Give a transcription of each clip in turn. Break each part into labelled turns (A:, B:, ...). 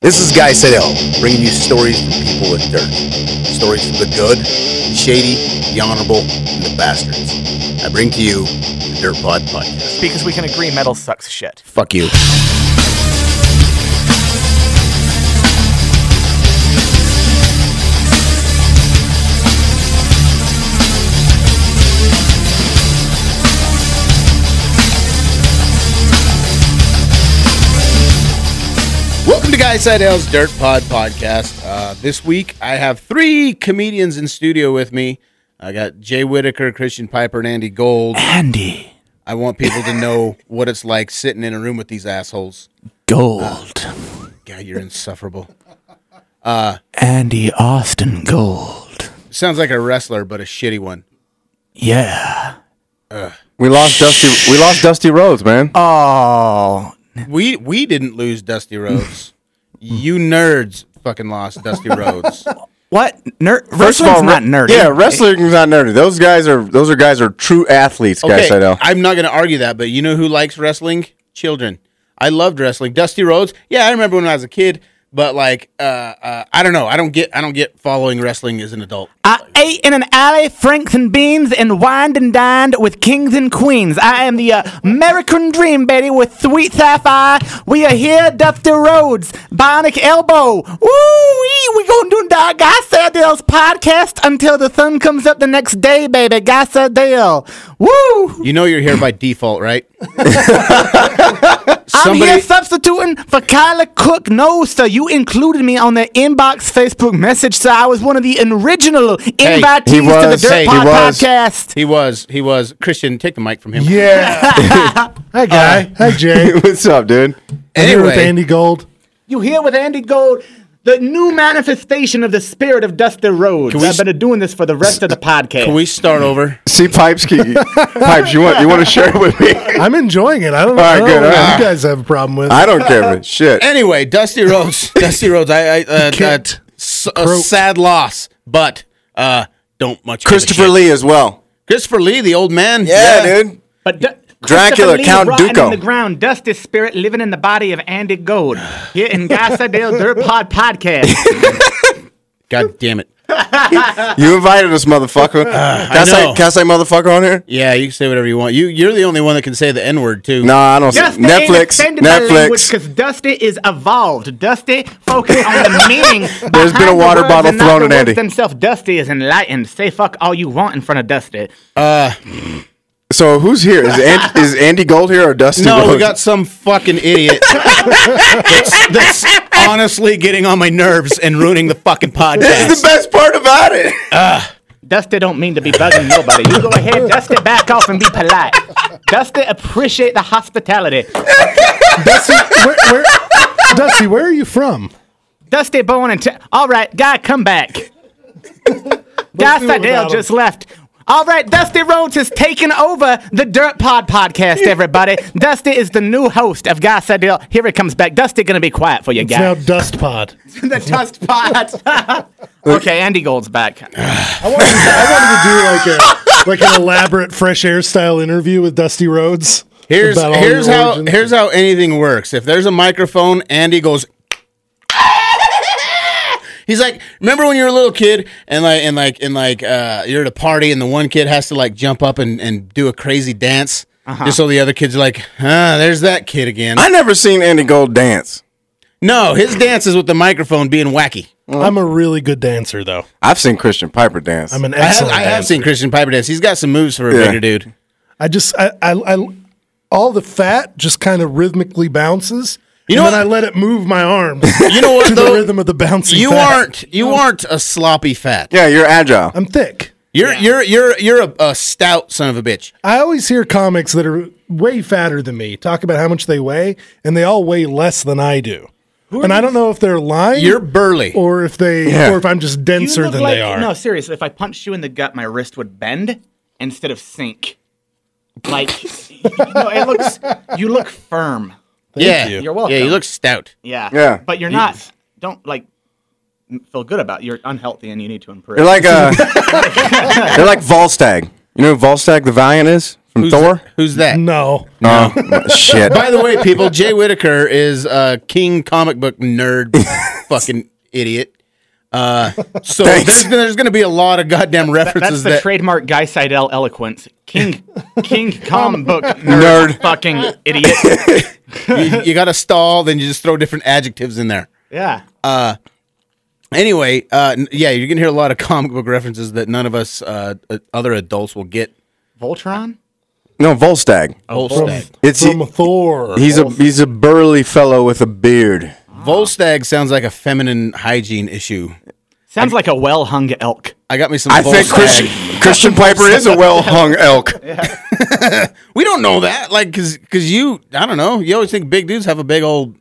A: This is Guy Sedell, bringing you stories from people with dirt. Stories of the good, the shady, the honorable, and the bastards. I bring to you the Dirt Pod Podcast.
B: Because we can agree metal sucks shit.
A: Fuck you. Welcome to Guy Seidel's Dirt Pod Podcast. Uh, this week, I have three comedians in studio with me. I got Jay Whitaker, Christian Piper, and Andy Gold.
C: Andy
A: I want people to know what it's like sitting in a room with these assholes.
C: Gold.
A: God, you're insufferable.
C: Andy Austin Gold.
A: Sounds like a wrestler, but a shitty one.
C: Yeah.
D: We lost Dusty. We lost Dusty Rhodes, man.
C: Oh,
A: We we didn't lose Dusty Rhodes. you nerds fucking lost Dusty Rhodes.
C: what? Nerd? Wrestling's
D: re-
C: not nerdy.
D: Yeah, wrestling's not nerdy. Those guys are. Those are guys are true athletes, guys. I know.
A: I'm not going to argue that, but you know who likes wrestling? Children. I loved wrestling. Dusty Rhodes. Yeah, I remember when I was a kid, but like, uh, uh, I don't know. I don't get. I don't get following wrestling as an adult.
C: I ate in an alley, franks and beans, and wined and dined with kings and queens. I am the uh, American dream, baby, with sweet sapphire. We are here, Dusty Rhodes, Bionic Elbow. Woo-wee, we gonna do that Guy Sardell's podcast until the sun comes up the next day, baby. Guy Sardell. Woo!
A: You know you're here by default, right?
C: I'm here substituting for Kyla Cook. No, sir, you included me on the inbox Facebook message, so I was one of the original invitees to the
D: was.
C: Dirt
D: Hey, he
C: Pod
D: was.
C: podcast.
A: he was. He was. Christian, take the mic from him.
E: Yeah. Hi, Guy. Hi, Jay. I'm
D: What's up, dude?
E: here with
A: Anyway.
E: Andy Gold.
C: You here with Andy Gold, the new manifestation of the spirit of Dusty Rhodes.
A: we
C: I've
A: s-
C: been doing this for the rest of the podcast.
A: Can we start over?
D: See, pipes. Key, pipes. You want? You want to share it with me?
E: I'm enjoying it. I don't, I
D: All right,
E: don't
D: good.
E: know
D: All
E: what
D: right.
E: you guys have a problem with.
D: I don't care, man. Shit.
A: Anyway, Dusty Rhodes. Dusty Rhodes. I. I uh, uh,
E: kicked.
A: s- a sad loss, but uh, don't much. give a
D: Christopher
A: shit.
D: Lee as well.
A: Christopher Lee, the old man.
D: Yeah, dude.
C: But Du-
D: Dracula,
C: Christopher Lee
D: Count
C: rotten
D: Dooku.
C: in the ground, Dusty spirit living in the body of Andy Gold. Here in Guy Sardell's Dirt Pod podcast.
A: God damn it.
D: You invited us, motherfucker. can, Uh, I
A: know.
D: say, can I say motherfucker on here?
A: Yeah, you can say whatever you want. You you're the only one that can say the N word too.
D: No, I don't. Say.
C: Dusty
D: Netflix. Netflix.
C: Because Dusty is evolved. Dusty focus on the meaning.
D: There's been a
C: behind the
D: water
C: words
D: bottle
C: and not
D: thrown
C: the
D: at
C: words
D: Andy.
C: Themselves. Dusty is enlightened. Say fuck all you want in front of Dusty.
D: So who's here? Is Andy, is Andy Gold here or Dusty?
A: No, we
D: Rhodes?
A: got some fucking idiot that's, that's honestly getting on my nerves and ruining the fucking
D: This is
A: podcast.
D: the best part about it.
C: Dusty don't mean to be bugging nobody. You go ahead, Dusty, back off and be polite. Dusty appreciate the hospitality.
E: Dusty, where, where, Dusty, where are you from?
C: Dusty Bowen and t- all right, guy, come back. guy
E: do it
C: Sidell
E: without
C: just left. All right, Dusty Rhodes has taken over the Dirt Pod podcast. Everybody, Dusty is the new host of Guy Sidell. Here he comes back. Dusty gonna be quiet for you,
E: It's now
C: guy.
E: Dust Pod.
C: the Dust Pod. okay, Andy Gold's back.
E: I wanted to, I wanted to do like a like an elaborate fresh air style interview with Dusty Rhodes.
A: Here's
E: about all
A: here's
E: your
A: how
E: origins.
A: here's how anything works. If there's a microphone, Andy goes. He's like, remember when you were a little kid and like and like and like uh, you're at a party and the one kid has to like jump up and, and do a crazy dance just so the other kids are like, ah, there's that kid again.
D: I never seen Andy Gold dance.
A: no, his dance is with the microphone being wacky.
E: I'm a really good dancer, though.
D: I've seen Christian Piper dance.
E: I'm an
A: I have,
E: excellent.
A: I have
E: dancer.
A: seen Christian Piper dance. He's got some moves for a
D: Yeah.
A: bigger dude.
E: I just I, I, I all the fat just kind of rhythmically bounces. You
A: know
E: and then
A: what?
E: I let it move my arms
A: You know
E: to
A: what
E: the
A: though?
E: rhythm of the bouncing.
A: you
E: fat.
A: aren't you aren't a sloppy fat.
D: yeah, you're agile.
E: I'm thick.
A: You're you're you're you're a, a stout son of a bitch.
E: I always hear comics that are way fatter than me talk about how much they weigh, and they all weigh less than I do. And I don't know if they're lying
A: You're burly.
E: or if they
D: Yeah.
E: or if I'm just
C: You
E: denser
C: look
E: than
C: like-
E: they are.
C: No, seriously. If I punched you in the gut, my wrist would bend instead of sink. Like, no, it looks. You look firm.
A: yeah,
E: you.
C: You're welcome.
A: Yeah, you look stout.
C: Yeah.
D: Yeah.
C: But you're not. Don't like m- feel good about. it. You're unhealthy and you need to improve.
D: They're like uh, they're like Volstagg. You know who Volstagg the Valiant is From Thor?
A: Who's that?
E: No.
D: No. shit.
A: By the way, people, Jay Whitaker is a king comic book nerd, fucking idiot. Uh, so
D: Thanks.
A: there's, there's going to be a lot of goddamn
C: That's
A: references
C: the
A: that
C: trademark Guy Seidel eloquence. King, King comic book nerd,
D: Nerd.
C: fucking idiot.
A: you, you got to stall, then you just throw different adjectives in there.
C: Yeah.
A: Anyway, uh, n- yeah, you're gonna hear a lot of comic book references that none of us uh, uh, other adults will get.
C: Voltron.
D: No, Volstagg.
A: Volstagg.
D: It's
E: From Thor.
D: he's a he's a burly fellow with a beard.
C: Ah.
A: Volstagg sounds like a feminine hygiene issue.
C: Sounds like a well-hung elk.
A: I got me some.
D: I think
A: Volstagg.
D: Christian Christian Piper is a well hung elk.
A: We don't know that, like, cause, 'cause you, I don't know. You always think big dudes have a big old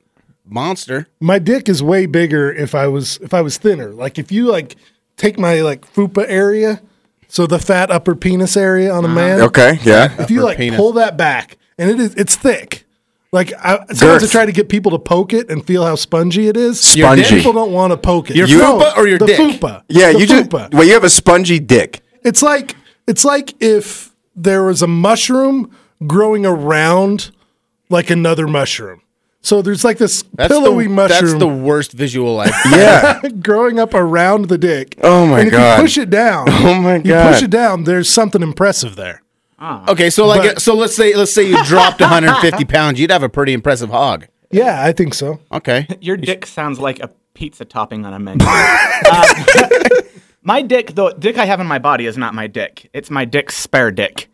A: monster.
E: my dick is way bigger if I was if I was thinner. Like if you like take my like fupa area, so the fat upper penis area
D: Uh-huh.
E: on a man.
D: Okay, yeah.
E: If you
A: Upper
E: like
A: penis.
E: pull that back, and it is it's thick. Like I sometimes
D: Girth.
E: I try to get people to poke it and feel how spongy it is.
D: Your dick?
E: People don't want to poke it. Your
A: fupa or your
E: the
A: dick?
E: Fupa.
D: Yeah,
E: The
D: you just
E: fupa.
D: well, you have a spongy dick.
E: It's like it's like if there was a mushroom growing around like another mushroom. So there's like this
A: That's
E: pillowy
A: the,
E: mushroom.
A: That's the worst visual I've.
D: Yeah.
E: growing up around the dick.
D: Oh, my
E: and If
D: God.
E: you push it down.
D: Oh, my
E: You push
D: God.
E: it down. There's something impressive there.
A: Okay, so like,
E: But-
A: so let's say let's say you dropped 150 pounds, you'd have a pretty impressive hog.
E: Yeah, I think so.
A: Okay,
C: Your dick sounds like a pizza topping on a menu. Uh, my dick, the dick I have in my body, is not my dick. It's my dick's spare dick.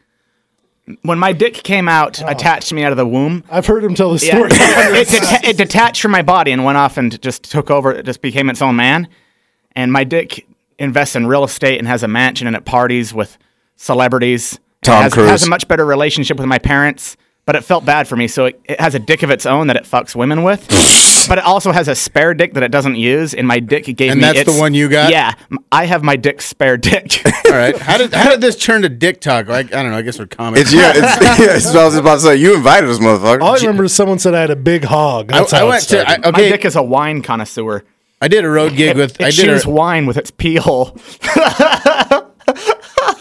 C: When my dick came out, attached to me out of the womb.
E: I've heard him tell the
C: Yeah,
E: story.
C: it, deta- it detached from my body and went off and just took over. It just became its own man. And my dick invests in real estate and has a mansion and it parties with celebrities.
D: Tom
C: it has,
D: Cruise.
C: has a much better relationship with my parents, but it felt bad for me. So it, it has a dick of its own that it fucks women with. But it also has a spare dick that it doesn't use, and my dick gave
A: And
C: me.
A: that's the
C: its-
A: one you got?
C: Yeah, m- I have my dick's spare dick.
A: all right. How did how did this turn to dick talk? Like, I don't know. I guess we're comments.
D: It's yeah, it's, yeah, it's what I was about to say. You invited us, motherfucker.
E: All Oh, I remember is someone said I had a big hog.
A: I,
E: That's
A: I
E: how it
A: went to I,
E: started.
A: okay.
C: My dick is a wine connoisseur.
A: I did a road gig with
C: It
A: I did
C: chews
A: a,
C: wine with its pee hole.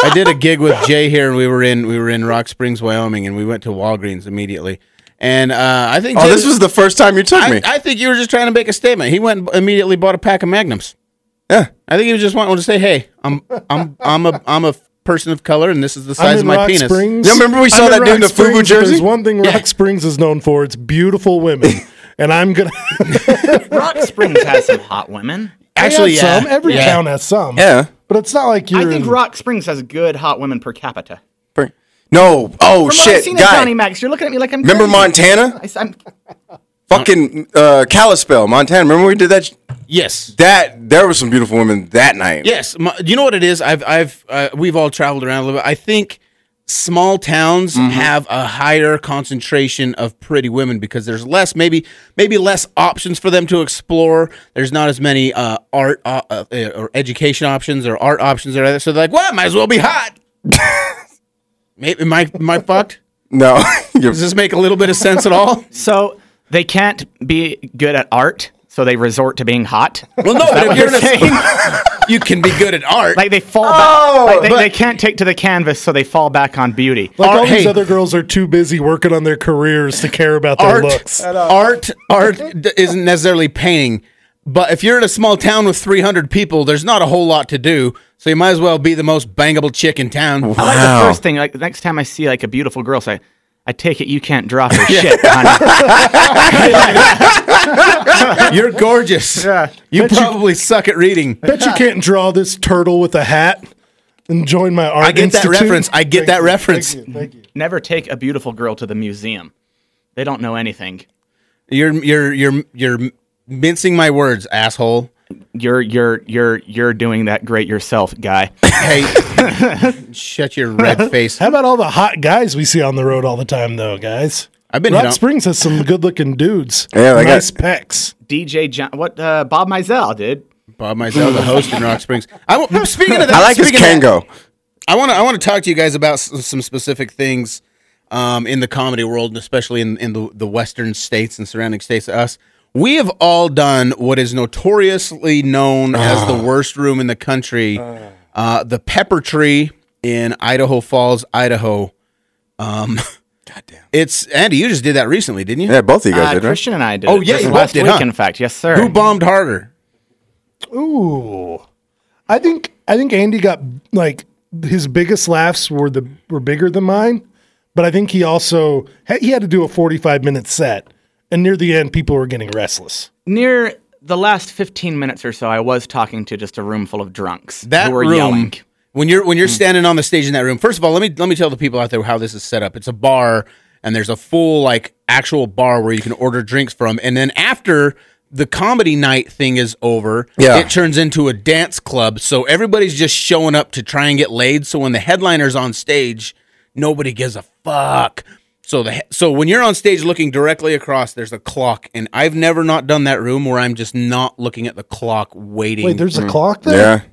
A: I did a gig with Jay here, and we were in we were in Rock Springs, Wyoming, and we went to Walgreens immediately. And uh, I think
D: oh,
A: Jay-
D: this was the first time you took
A: I,
D: me.
A: I think you were just trying to make a statement. He went and b- immediately bought a pack of Magnums.
D: yeah.
A: I think he was just wanting to say, "Hey, I'm I'm I'm a I'm a person of color, and this is the
E: I'm
A: size
E: in
A: of my
E: Rock
A: penis."
E: Springs.
D: Yeah, remember we
E: I'm
D: saw that dude in the
E: Rock Springs,
D: FUBU
E: if There's
D: jersey?
E: one thing Rock Springs is known for. It's beautiful women. and I'm going to.
C: Rock Springs has some hot women.
A: Actually, yeah,
E: Some. Every
A: yeah.
E: town has some.
D: Yeah.
E: But it's not like you're.
C: I think
E: in-
C: Rock Springs has good hot women per capita.
D: Bring- No. Oh
C: From what I've
D: shit,
C: seen in
D: guy.
C: County Max, you're looking at me like I'm.
D: Remember
C: crazy.
D: Montana?
C: I, am
D: Fucking uh, Kalispell, Montana. Remember we did that? sh-
A: Yes,
D: That there were some beautiful women that night.
A: yes. My, you know what it is? I've I've uh, we've all traveled around a little bit. I think small towns have a higher concentration of pretty women because there's less maybe maybe less options for them to explore. There's not as many uh, art uh, uh, or education options or art options or other. So they're like, well, I might as well be hot. maybe am I am I fucked?
D: No. You're-
A: Does this make a little bit of sense at all?
C: so they can't be good at art, so they resort to being hot.
A: Well, no, but if you're in a-
C: saying?
A: you can be good at art.
C: like they fall back.
D: Oh,
C: Like they,
A: but-
C: they can't take to the canvas, so they fall back on beauty.
E: Like
A: Art-
E: all these
A: hey.
E: other girls are too busy working on their careers to care about their
A: art,
E: looks.
A: art, art d- isn't necessarily painting, but if you're in a small town with 300 people, there's not a whole lot to do, so you might as well be the most bangable chick in town.
C: I like
D: Wow.
C: the first thing. Like the next time I see like a beautiful girl, say, "I take it you can't drop your shit, honey."
A: You're gorgeous. You probably suck at reading.
E: Bet you can't draw this turtle with a hat and join my art.
A: I get that
E: institute.
A: reference. I get that reference.
E: Thank you. Thank you.
C: Never take a beautiful girl to the museum. They don't know anything.
A: You're you're you're you're mincing my words, asshole.
C: You're you're you're you're doing that great yourself, guy.
A: Hey, shut your red face.
E: How about all the hot guys we see on the road all the time, though, guys?
A: I've been hit
E: Rock
A: on-
E: Springs has some good-looking dudes.
D: Yeah, they got-
E: nice pecs.
C: DJ John, what uh, Bob Mizell did.
A: Bob Mizell, the host in Rock Springs. I w- speaking of that,
D: I like his
A: speaking of that-
D: Kango.
A: I want to I want to talk to you guys about s- some specific things um, in the comedy world, and especially in in the the western states and surrounding states to us. We have all done what is notoriously known as the worst room in the country, uh, the Pepper Tree in Idaho Falls, Idaho. Um, Goddamn. It's Andy. You just did that recently, didn't you?
D: Yeah, both of you guys
C: Uh,
D: did, right?
C: Christian and I did.
A: Oh,
C: it
A: yeah,
C: just
A: you both
C: last
A: did,
C: week,
A: huh?
C: in fact. Yes, sir.
A: Who bombed harder?
E: Ooh, I think I think Andy got like his biggest laughs were the were bigger than mine, but I think he also he had to do a forty five minute set, and near the end, people were getting restless.
C: Near the last 15 minutes or so, I was talking to just a room full of drunks
A: That
C: who were
A: room.
C: yelling. Hmm.
A: When you're when you're standing on the stage in that room, first of all, let me let me tell the people out there how this is set up. It's a bar, and there's a full like actual bar where you can order drinks from, and then after the comedy night thing is over,
D: Yeah.
A: it turns into a dance club. So everybody's just showing up to try and get laid. So when the headliner's on stage, nobody gives a fuck. So the he- so when you're on stage looking directly across, there's a clock, and I've never not done that room where I'm just not looking at the clock waiting.
E: Wait,
D: Mm-hmm.
E: there's a clock there.
D: Yeah.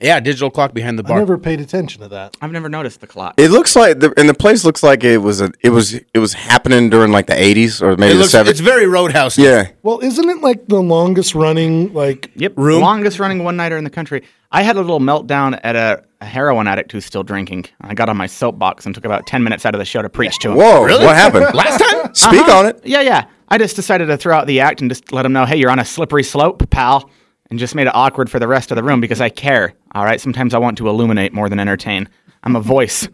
A: yeah, digital clock behind the
E: I
A: bar.
E: never paid attention to that.
C: I've never noticed the clock.
D: It looks like the and the place looks like it was a it was it was happening during like the eighties or
A: It
D: maybe the
A: looks, it's
D: seventies.
A: very Roadhouse.
D: Yeah.
E: Well, isn't it like the longest running like
C: Yep.
A: Room?
C: Longest running one nighter in the country. I had a little meltdown at a, a heroin addict who's still drinking. I got on my soapbox and took about 10 minutes out of the show to preach to him.
D: Whoa, what happened?
A: Last time? Uh-huh.
D: Speak on it.
C: Yeah, yeah. I just decided to throw out the act and just let him know, hey, you're on a slippery slope, pal, and just made it awkward for the rest of the room because I care. All right. Sometimes I want to illuminate more than entertain. I'm a voice.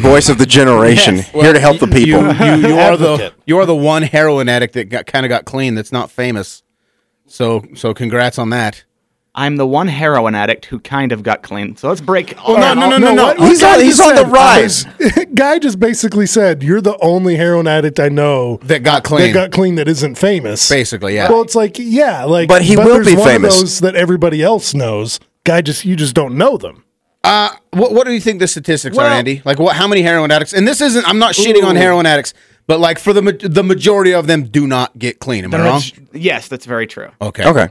D: Voice of the generation. Here to help the people.
A: You, you, you are the
E: Advocate.
A: you are the one heroin addict that got kind of got clean that's not famous. So so congrats on that.
C: I'm the one heroin addict who kind of got clean. So let's break. all
A: Oh, no,
C: right,
A: no,
C: all-
A: no, no, no.
E: what- what
D: he's
E: guy
D: on he's
E: just
D: on the
E: said-
D: rise.
E: guy just basically said, "You're the only heroin addict I know
A: That got
E: that
A: clean.
E: got clean that isn't famous."
A: Basically, yeah.
E: Well, it's like yeah, like
D: But he will
E: there's
D: be
E: one of
D: famous.
E: those that everybody else knows. Guy just you just don't know them.
A: what, what do you think the statistics are,
C: Well-
A: Andy? Like what how many heroin addicts? And this isn't I'm not shitting on
C: Ooh.
A: heroin addicts, but like for the ma- the majority of them do not get clean. Am I wrong?
C: Yes, that's very true.
A: Okay.
D: Okay.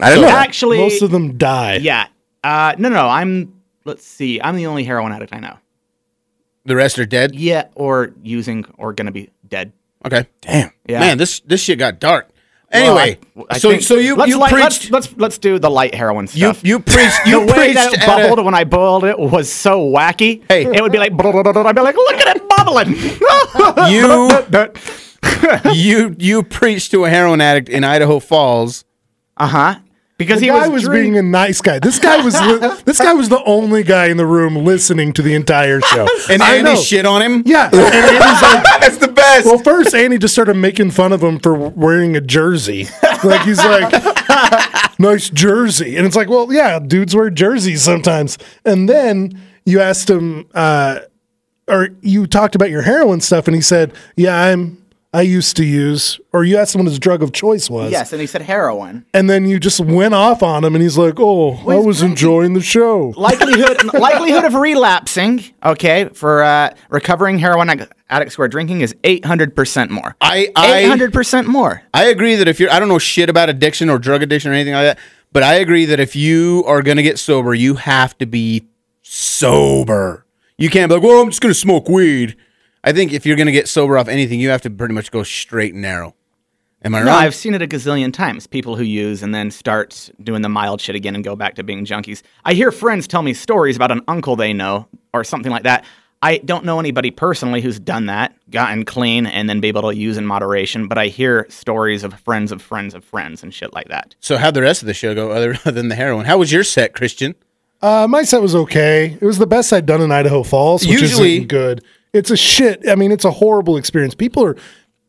D: I didn't know. that.
C: Actually,
E: Most of them die.
C: yeah. Uh, no, no. I'm. Let's see. I'm the only heroin addict I know.
A: The rest are dead.
C: Yeah, or using, or gonna be dead.
A: Okay.
D: Damn.
C: Yeah.
A: Man, this this shit got dark. Anyway,
C: Well, I- I
A: so
C: think-
A: so you
C: let's
A: you
C: light-
A: preached
C: Let's, let's let's do the light heroin
A: you
C: stuff.
A: you preached
C: the
A: you
C: way
A: preached
C: that it
A: at a-
C: bubbled when I boiled it was so wacky.
A: Hey.
C: it would be like I'd be like, look at it bubbling.
A: You- you you preached to a heroin addict in Idaho Falls.
C: uh huh. Because
E: The
C: he
E: guy
C: was,
E: was,
C: drink-
E: being a nice guy. This guy was li- this guy was the only guy in the room listening to the entire show.
A: And
E: I
A: Andy
E: know.
A: shit on him.
E: Yeah. And Andy's like,
D: That's the best.
E: well, first Andy just started making fun of him for wearing a jersey. Like he's like, nice jersey, and it's like, well, yeah, dudes wear jerseys sometimes. And then you asked him, uh, or you talked about your heroin stuff, and he said, yeah, I'm. I used to use, or you asked him what his drug of choice was.
C: yes, and he said heroin.
E: And then you just went off on him, and he's like, oh, I was enjoying the show.
C: likelihood likelihood of relapsing. Okay, for uh, recovering heroin ad- addicts who are drinking is eight hundred percent more.
A: I
C: Eight
A: I,
C: hundred percent more.
A: I agree that if you're I don't know shit about addiction or drug addiction or anything like that, but I agree that if you are gonna get sober, you have to be sober. You can't be like, well, I'm just gonna smoke weed. I think if you're gonna get sober off anything, you have to pretty much go straight and narrow. Am I
C: No,
A: wrong?
C: I've seen it a gazillion times. People who use and then start doing the mild shit again and go back to being junkies. I hear friends tell me stories about an uncle they know or something like that. I don't know anybody personally who's done that, gotten clean, and then be able to use in moderation. But I hear stories of friends of friends of friends and shit like that.
A: so how'd the rest of the show go other than the heroin? How was your set, Christian?
E: Uh, my set was okay. It was the best I'd done in Idaho Falls, which
A: Usually-
E: isn't good. It's a shit. I mean, it's a horrible experience. People are.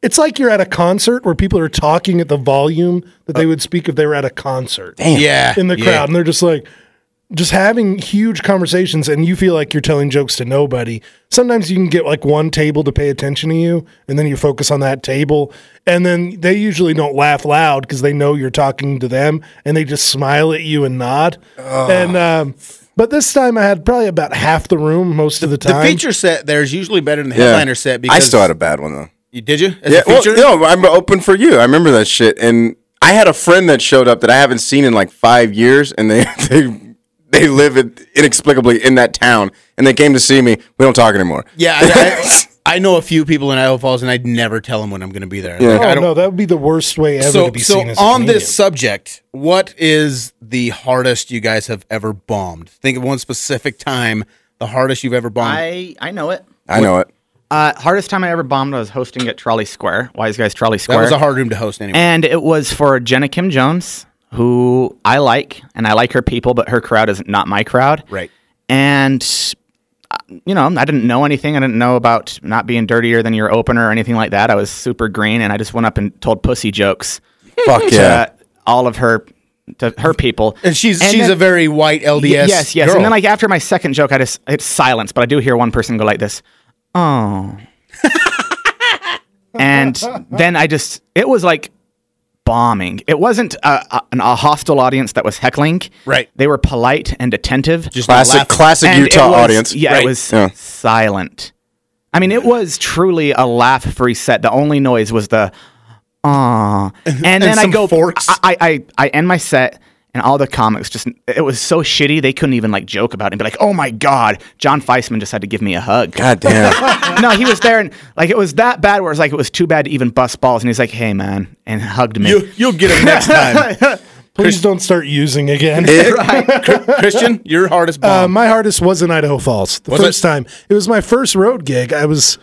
E: It's like you're at a concert where people are talking at the volume that they would speak if they were at a concert
A: Yeah.
E: in the
A: yeah.
E: crowd, and they're just like, just having huge conversations, and you feel like you're telling jokes to nobody. Sometimes you can get like one table to pay attention to you, and then you focus on that table, and then they usually don't laugh loud because they know you're talking to them, and they just smile at you and nod. And um, but this time I had probably about half the room most of the
A: The
E: time.
A: feature set there is usually better than the
D: Yeah.
A: headliner set because
D: I still had a bad one though.
A: You did you? As a
D: Yeah, well,
A: feature?
D: no, I'm open for you. I remember that shit, and I had a friend that showed up that I haven't seen in like five years, and they they they live in, inexplicably in that town, and they came to see me. We don't talk anymore.
A: Yeah, I, I, I know a few people in Idaho Falls, and I'd never tell them when I'm going to be there. Like,
E: Oh
A: I don't-
E: no, that would be the worst way ever
A: so,
E: to be
A: so
E: seen. As a
A: on
E: comedian.
A: this subject, what is the hardest you guys have ever bombed? Think of one specific time, the hardest you've ever bombed.
C: I I know it.
D: I know it.
C: Uh, hardest time I ever bombed was hosting at Trolley Square. Wise guys, Trolley Square.
A: That was a hard room to host anyway.
C: And it was for Jenna Kim Jones, who I like, and I like her people, but her crowd is not my crowd.
A: Right.
C: And, uh, you know, I didn't know anything. I didn't know about not being dirtier than your opener or anything like that. I was super green, and I just went up and told pussy jokes
D: Fuck
C: to
D: yeah.
C: all of her to her people.
A: And she's she's
C: then-
A: a very white LDS.
C: Y- yes, yes.
A: girl.
C: And then like after my second joke, I just it's silence, but I do hear one person go like this, oh. and then I just it was like bombing. It wasn't a, a, an- a hostile audience that was heckling.
A: Right.
C: They were polite and attentive. Just
D: Classic, classic Utah audience.
C: Yeah,
A: Right.
C: it was
D: Yeah.
C: silent. I mean, it was truly a laugh-free set. The only noise was the ah, and, then I
A: some
C: go
A: forks.
C: I, I I I end my set, and all the comics just it was so shitty they couldn't even like joke about it and be like, oh my god, John Feisman just had to give me a hug.
D: God damn.
C: no, he was there, and like it was that bad where it's like it was too bad to even bust balls, and he's like, hey man, and hugged me.
A: you you'll get it next time.
E: Please don't start using again.
A: Christian, your hardest bomb.
E: Uh, my hardest was in Idaho Falls the first
A: it?
E: time. It was my first road gig. I was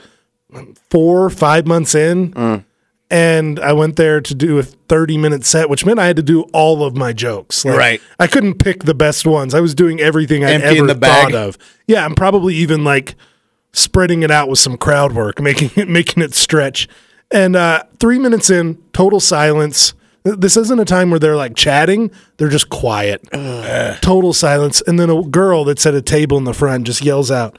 E: four, five months in, and I went there to do a 30 minute set, which meant I had to do all of my jokes. Like,
A: Right.
E: I couldn't pick the best ones. I was doing everything I
A: Emptying
E: ever
A: the bag.
E: thought of. Yeah, I'm probably even like spreading it out with some crowd work, making it making it stretch. And uh, three minutes in, total silence. Th- This isn't a time where they're like chatting; they're just quiet, total silence. And then a girl that's at a table in the front just yells out,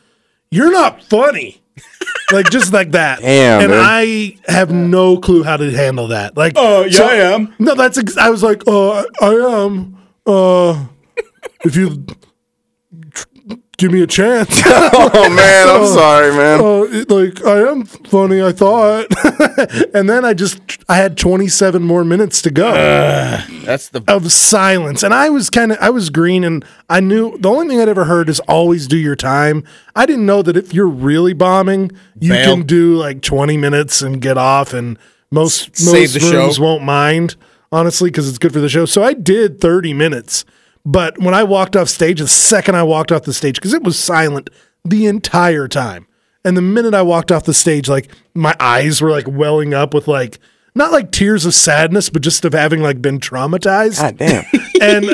E: "You're not funny!" like just like that.
D: Damn,
E: and
D: dude.
E: I have no clue how to handle that. Like,
A: Oh, yeah, I am.
E: No, that's ex- I was like, "Oh, I, I am." Uh, if you tr- give me a chance.
D: oh man, I'm sorry, man.
E: uh, it- like I am funny, I thought, and then I just I had 27 more minutes to go Um,
A: That's the
E: of silence, and I was kind of I was green, and I knew the only thing I'd ever heard is always do your time. I didn't know that if you're really bombing, you
A: Bail.
E: can do like 20 minutes and get off, and most
A: Save
E: most
A: the show.
E: rooms won't mind honestly because it's good for the show. So I did 30 minutes, but when I walked off stage, the second I walked off the stage because it was silent the entire time, and the minute I walked off the stage, like my eyes were like welling up with like. Not like tears of sadness, but just of having like been traumatized
D: God damn.
E: and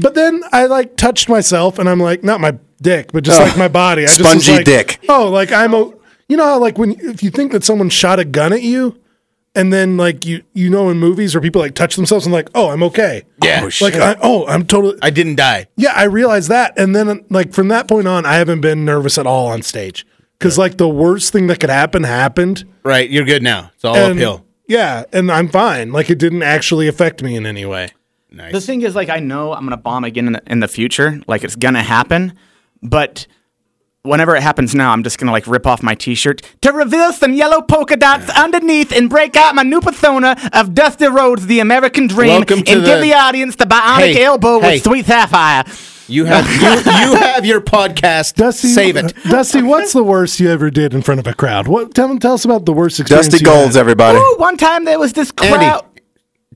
E: but then I like touched myself, and I'm like, not my dick, but just like my body. I just was
D: Spongy
E: like,
D: dick.
E: Oh, like I'm a, you know, how, like when if you think that someone shot a gun at you, and then like you you know in movies where people like touch themselves and like, oh, I'm okay.
A: yeah.
E: Like I, oh, I'm totally.
A: I didn't die.
E: Yeah, I realized that, and then like from that point on, I haven't been nervous at all on stage because like the worst thing that could happen happened.
A: Right, you're good now. It's all
E: And,
A: uphill.
E: Yeah, and I'm fine. Like it didn't actually affect me in any way.
C: The thing is, like, I know I'm gonna bomb again in the, in the future. Like, it's gonna happen, but whenever it happens now, I'm just gonna like rip off my T-shirt to reveal some yellow polka dots underneath and break out my new persona of Dusty Rhodes, the American Dream,
A: Welcome
C: and
A: to
C: give
A: the-
C: the audience the bionic
A: Hey,
C: elbow
A: hey.
C: with sweet sapphire.
A: You have you, you have your podcast.
E: Dusty, uh,
A: Save it.
E: Dusty, what's the worst you ever did in front of a crowd? What? Tell, tell us about the worst experience.
D: Dusty
E: you
D: Golds,
E: had.
D: everybody.
C: Ooh, one time there was this crowd.
A: Andy.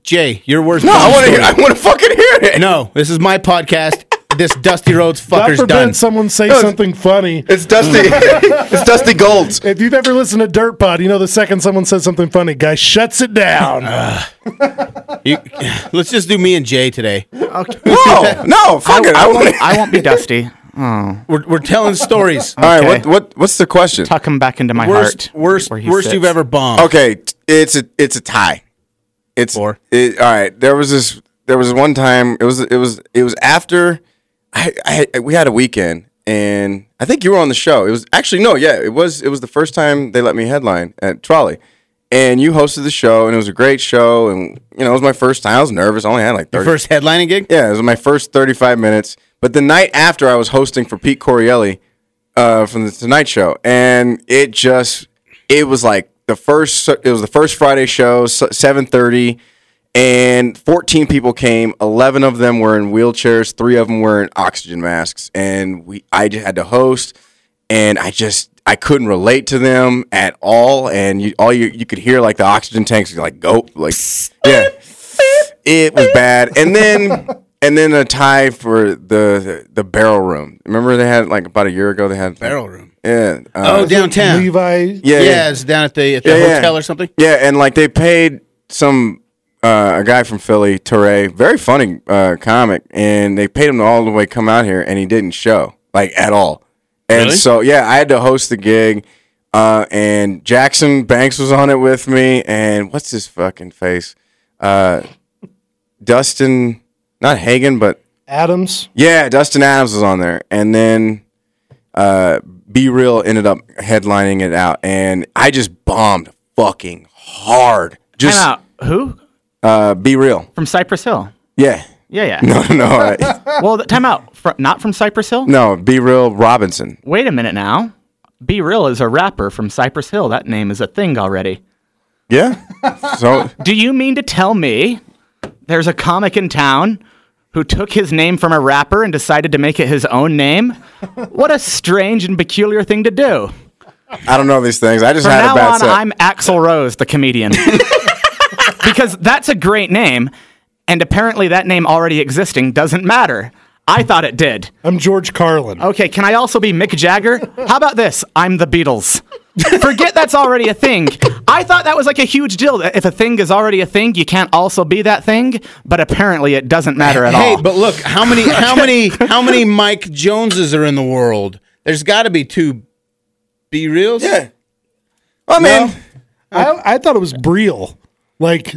A: Jay, your worst.
D: No, I
A: bomb
D: want to.
A: story.
D: I want to fucking hear it.
A: No, this is my podcast. this Dusty Rhodes
E: God
A: fucker's
E: forbid
A: done.
E: someone say something funny.
D: It's Dusty. it's Dusty Golds.
E: If you've ever listened to Dirt Pod, you know the second someone says something funny, guy shuts it
D: Uh,
E: down.
A: You- let's just do me and Jay today.
D: No, no, fuck it. I want.
C: I won't be Dusty.
A: We're, we're telling stories.
D: All right.
C: Okay.
D: What? What? What's the question?
C: Tuck him back into my
A: worst,
C: heart.
A: worst,
C: where
A: worst
C: he sits.
A: you've ever bombed.
D: Okay, t- it's a it's a tie. It's
A: Four.
D: It, all right. There was this. There was one time. It was it was it was after. I, I we had a weekend, and I think you were on the show. It was actually no, yeah, it was it was the first time they let me headline at Trolley, and you hosted the show, and it was a great show, and you know it was my first time. I was nervous. I only had like
A: Your
D: thirty.
A: first headlining gig.
D: Yeah, it was my first 35 minutes. But the night after, I was hosting for Pete Corielli uh, from the Tonight Show, and it just it was like the first it was the first Friday show, 7:30, and 14 people came. 11 of them were in wheelchairs, three of them were in oxygen masks, and we I just had to host, and I just. I couldn't relate to them at all, and you, all you you could hear like the oxygen tanks like go like yeah, it was bad. And then and then a tie for the the barrel room. Remember they had like about a year ago they had
A: Barrel room.
D: Yeah. uh,
A: Oh, downtown.
E: Levi.
A: Yeah,
D: Yeah, yeah.
A: it's down at the, at the
D: Yeah, yeah.
A: hotel or something.
D: Yeah, and like they paid some uh, a guy from Philly, Torre, very funny uh, comic, and they paid him to all the way come out here, and he didn't show like at all. And
A: Really?
D: so yeah, I had to host the gig, uh, and Jackson Banks was on it with me, and what's his fucking face, uh, Dustin, not Hagen, but
E: Adams.
D: yeah, Dustin Adams was on there, and then uh, Be Real ended up headlining it out, and I just bombed fucking hard.
C: Time
D: Just
C: out. Who?
D: uh, Be Real,
C: From Cypress Hill.
D: yeah.
C: Yeah, yeah.
D: No, no, I-
C: Well, th- time out. Fr- not from Cypress Hill?
D: no. Be Real Robinson.
C: Wait a minute now. Be Real is a rapper from Cypress Hill. That name is a thing already.
D: Yeah. So
C: Do you mean to tell me there's a comic in town who took his name from a rapper and decided to make it his own name? What a strange and peculiar thing to do.
D: I don't know these things. I just
C: From
D: had a
C: now
D: bad
C: on,
D: set.
C: I'm Axel Rose, the comedian. because that's a great name, and apparently that name already existing doesn't matter. I thought it did.
E: I'm George Carlin.
C: Okay, can I also be Mick Jagger? How about this? I'm the Beatles. Forget that's already a thing. I thought that was like a huge deal. That if a thing is already a thing, you can't also be that thing. But apparently, it doesn't matter
D: Ah.
C: at
A: Hey,
C: all.
A: but look, how many how many how many Mike Joneses are in the world? There's got to be two B reels.
D: yeah. I mean,
E: I, I thought it was Breel. Like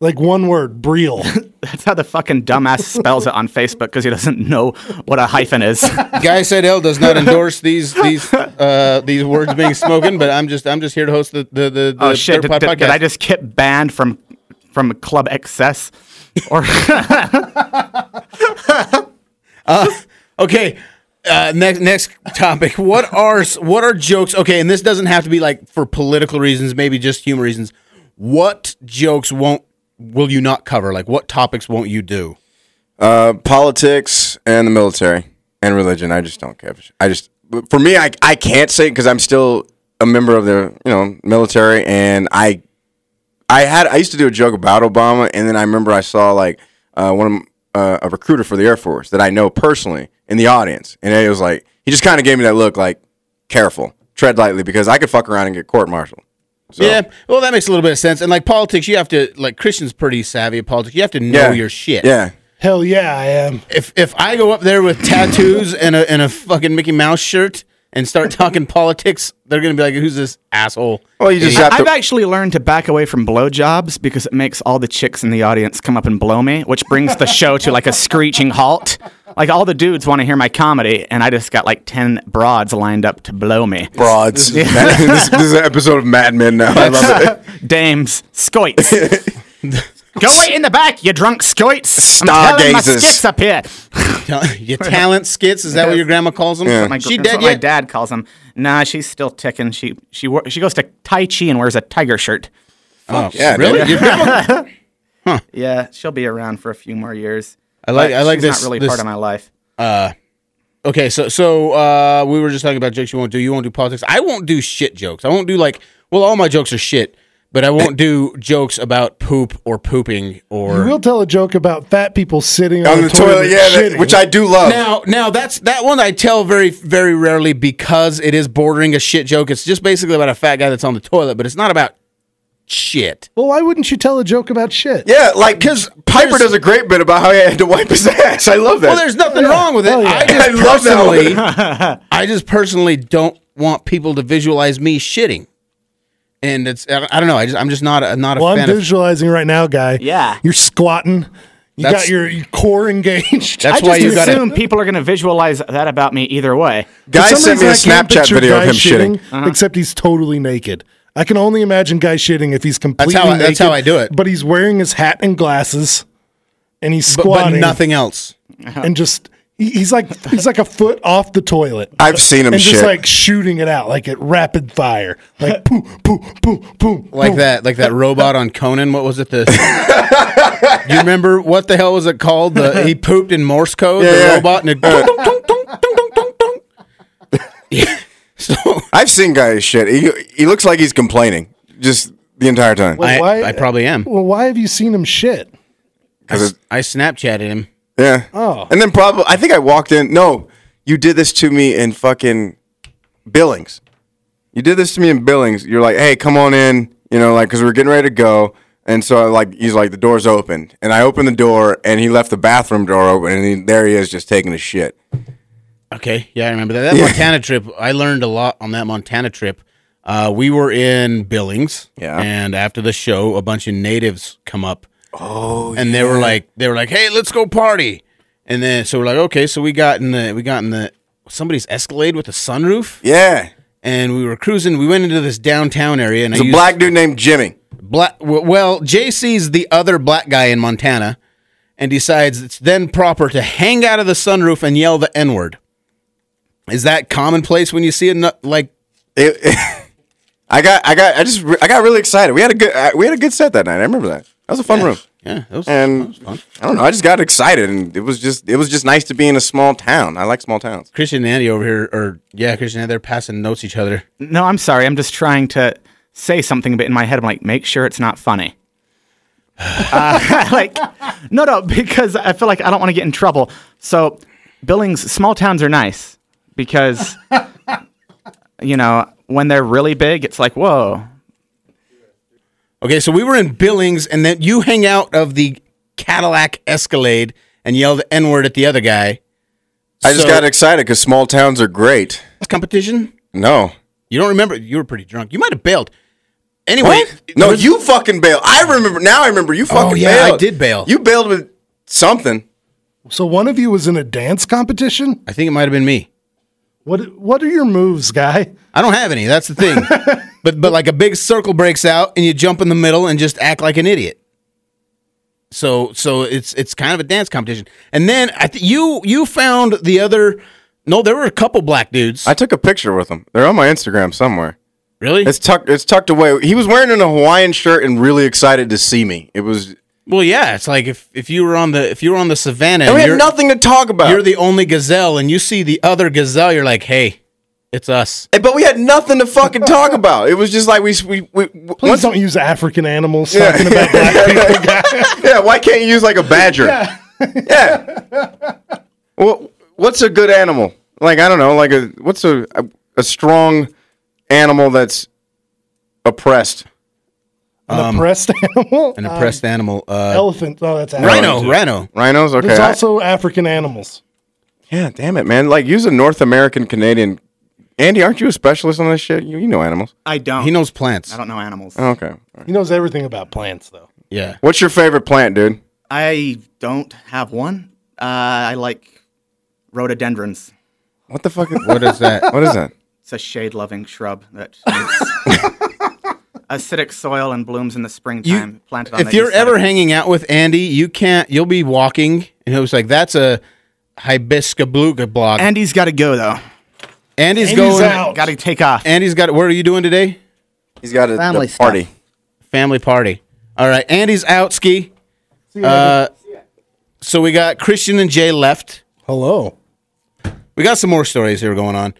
E: like one word, Breel.
C: that's how the fucking dumbass spells it on Facebook because he doesn't know what a hyphen is.
A: Guy said L does not endorse these these uh, these words being spoken, but I'm just I'm just here to host the the the, the
C: oh shit!
A: Dirt
C: Did,
A: Pod
C: did- did
A: podcast.
C: I just get banned from from Club Excess? Or
A: Okay. Uh, next next topic. What are s- what are jokes? Okay, and this doesn't have to be like for political reasons, maybe just humor reasons. What jokes won't will you not cover? Like what topics won't you do?
D: uh, politics and the military and religion. I just don't care. I just for me, I I can't say because I'm still a member of the you know military, and I I had I used to do a joke about Obama, and then I remember I saw like uh, one of m- uh, a recruiter for the Air Force that I know personally in the audience, and it was like he just kind of gave me that look like careful, tread lightly, because I could fuck around and get court martialed. So,
A: Yeah. Well, that makes a little bit of sense. And like politics, you have to like Christian's pretty savvy at politics. You have to know
D: yeah,
A: your shit.
D: Yeah,
E: Hell yeah, I am.
A: If if I go up there with tattoos and a and a fucking Mickey Mouse shirt and start talking politics, they're gonna be like, "Who's this asshole?"
D: Well, you just
A: Idiot.
D: have to-
C: I've actually learned to back away from blowjobs because it makes all the chicks in the audience come up and blow me, which brings the show to like a screeching halt. Like all the dudes want to hear my comedy, and I just got like ten broads lined up to blow me.
D: broads. this, this is an episode of Mad Men now. I love it.
C: Dames, skoits. Go away in the back, you drunk skoits. I'm telling my
D: Stargazers.
C: skits up here.
A: Tell- your talent skits is that what your grandma calls them?
D: Yeah.
C: My,
A: She
C: that's
A: dead
C: what my
A: yet?
C: dad calls them. Nah, she's still ticking. She she wor- she goes to Tai Chi and wears a tiger shirt.
A: Oh,
D: Yeah,
A: really?
D: dude.
A: Your grandma-
C: Yeah, she'll be around for a few more years.
A: I like
C: but
A: I like
C: she's
A: this.
C: Not really
A: this-
C: part of my life.
A: Okay, so so uh, we were just talking about jokes you won't do. You won't do politics. I won't do shit jokes. I won't do like well, all my jokes are shit, but I won't do jokes about poop or pooping or.
E: You will tell a joke about fat people sitting on,
D: on the toilet, yeah, that,
E: shitting.
D: which I do love.
A: Now, now that's that one I tell very, very rarely because it is bordering a shit joke. It's just basically about a fat guy that's on the toilet, but it's not about shit.
E: Well, why wouldn't you tell a joke about shit?
D: yeah, like because Piper
A: There's-
D: does a great bit about how he had to wipe his ass. I love that.
A: Well, there's nothing wrong with it.
E: Oh, yeah.
A: I just
D: I love that one.
A: personally, I just personally don't want people to visualize me shitting, and it's I don't- I don't know. I just I'm just not a, not a
E: Well, I'm
A: fan of.
E: visualizing right now, guy.
C: Yeah.
E: You're squatting. You
A: That's-
E: got your, your core engaged.
A: That's
C: I
A: why
C: just
A: you got
C: assume
A: to.
C: people are going to visualize that about me either way.
D: Guy
E: For some
D: sent me a
E: reason, I can't
D: Snapchat
E: picture
D: video of
E: Guy
D: him shitting.
A: Uh-huh.
E: Except he's totally naked. I can only imagine Guy shitting if he's completely
A: how I-
E: naked.
A: that's how I do it.
E: But he's wearing his hat and glasses, and he's
A: But, but
E: squatting
A: nothing else.
E: and just he- he's like he's like a foot off the toilet.
D: I've seen him
E: and
D: shit.
E: just like shooting it out like at rapid fire, like poo poo poo poo.
A: Like that, like that robot on Conan. What was it? The you remember what the hell was it called? The he pooped in Morse code. the
D: Yeah, yeah.
A: robot and it. dunk, dunk, dunk, dunk, dunk, dunk, dunk. Yeah. So
D: I've seen guys shit. He, he looks like he's complaining just the entire time.
E: Wait,
A: I,
E: why-
A: I probably am.
E: Well, why have you seen him shit?
D: 'Cause it's-
A: I Snapchatted him.
D: yeah.
E: Oh.
D: And then probably I think I walked in. No, you did this to me in fucking Billings. You did this to me in Billings. You're like, hey, come on in, you know, like, because we are getting ready to go. And so, like, he's like, the door's open. And I opened the door, and he left the bathroom door open, and he, there he is just taking a shit.
A: Okay, yeah, I remember that. That Montana trip, I learned a lot on that Montana trip. Uh, we were in Billings,
D: Yeah.
A: and after the show, a bunch of natives come up. Oh, and they were like, they were like, "Hey, let's go party!" And then so we're like, "Okay," so we got in the we got in the somebody's Escalade with a sunroof,
D: Yeah.
A: and we were cruising. We went into this downtown area, and I
D: It's a
A: used-
D: black dude named Jimmy.
A: black w- well jc's the other black guy in montana and decides it's then proper to hang out of the sunroof and yell the n-word is that commonplace when you see it in the- like
D: It- I got, I got, I just, re- I got really excited. We had a good, uh, we had a good set that night. I remember that. That was a fun room.
A: yeah that was, that was
D: And
A: fun.
D: I don't know. I just got excited, and it was just, it was just nice to be in a small town. I like small towns.
A: christian and andy over here or yeah christian and they're passing notes to each other
C: No, I'm sorry. I'm just trying to say something, but in my head, I'm like, make sure it's not funny. uh, like, no, no, because I feel like I don't want to get in trouble. So, Billings, small towns are nice because, you know, when they're really big, it's like, whoa.
A: okay so we were in billings and then you hang out of the cadillac escalade and yell the n-word at the other guy
D: I just
A: So-
D: got excited because small towns are great.
A: competition
D: No.
A: you don't remember you were pretty drunk you might have bailed anyway
D: What? No, you fucking bailed. I remember now. I remember you fucking.
A: Oh, yeah, I
D: bailed.
A: did bail.
D: You bailed with something.
E: So one of you was in a dance competition.
A: i think it might have been me
E: What What are your moves, guy?
A: I don't have any. That's the thing. but but like a big circle breaks out and you jump in the middle and just act like an idiot. So so it's it's kind of a dance competition. And then I th- you you found the other. No, there were a couple black dudes.
D: I took a picture with them. They're on my Instagram somewhere.
A: really?
D: It's tucked. It's tucked away. He was wearing a Hawaiian shirt and really excited to see me. It was.
A: Well, yeah. It's like if if you were on the if you were on the savannah,
D: And
A: and
D: we
A: you're,
D: had nothing to talk about.
A: you're the only gazelle, and you see the other gazelle, you're like, hey, it's us.
D: Hey, but we had nothing to fucking talk about. It was just like we we, we
E: Please
D: once-
E: don't use African animals
D: Yeah.
E: talking about black people.
D: yeah. Why can't you use like a badger? Yeah. Well, what's a good animal? Like I don't know. Like a what's a a, a strong animal that's oppressed?
E: An oppressed animal.
A: An oppressed animal. Uh,
E: elephant. Oh, that's African.
A: rhino, rhino.
D: Rhinos. Okay.
E: There's
D: I-
E: also African animals.
D: yeah. Damn it, man. Like use a North American Canadian. Andy, aren't you a specialist on this shit? You, you know animals.
C: I don't.
A: He knows plants.
C: I don't know animals.
D: Okay. all right.
E: He knows everything about plants, though.
A: Yeah.
D: What's your favorite plant, dude?
C: I don't have one. Uh, I like rhododendrons.
D: What the fuck? Is,
A: What is that?
D: what is that?
C: It's a shade-loving shrub that needs acidic soil and blooms in the springtime. planted on
A: if
C: the
A: you're
C: east side of-
A: ever hanging out with Andy, you can't. You'll be walking, and it was like that's a hibiscus bluga block.
C: Andy's got to go though.
A: Andy's,
E: Andy's
A: going.
E: out.
C: Got to take off.
A: Andy's got. What are you doing today?
D: He's got a,
C: Family
D: a party.
C: stuff.
A: Family party. All right, Andy's out. Ski. Uh, so we got Christian and Jay left.
E: Hello.
A: We got some more stories here going on.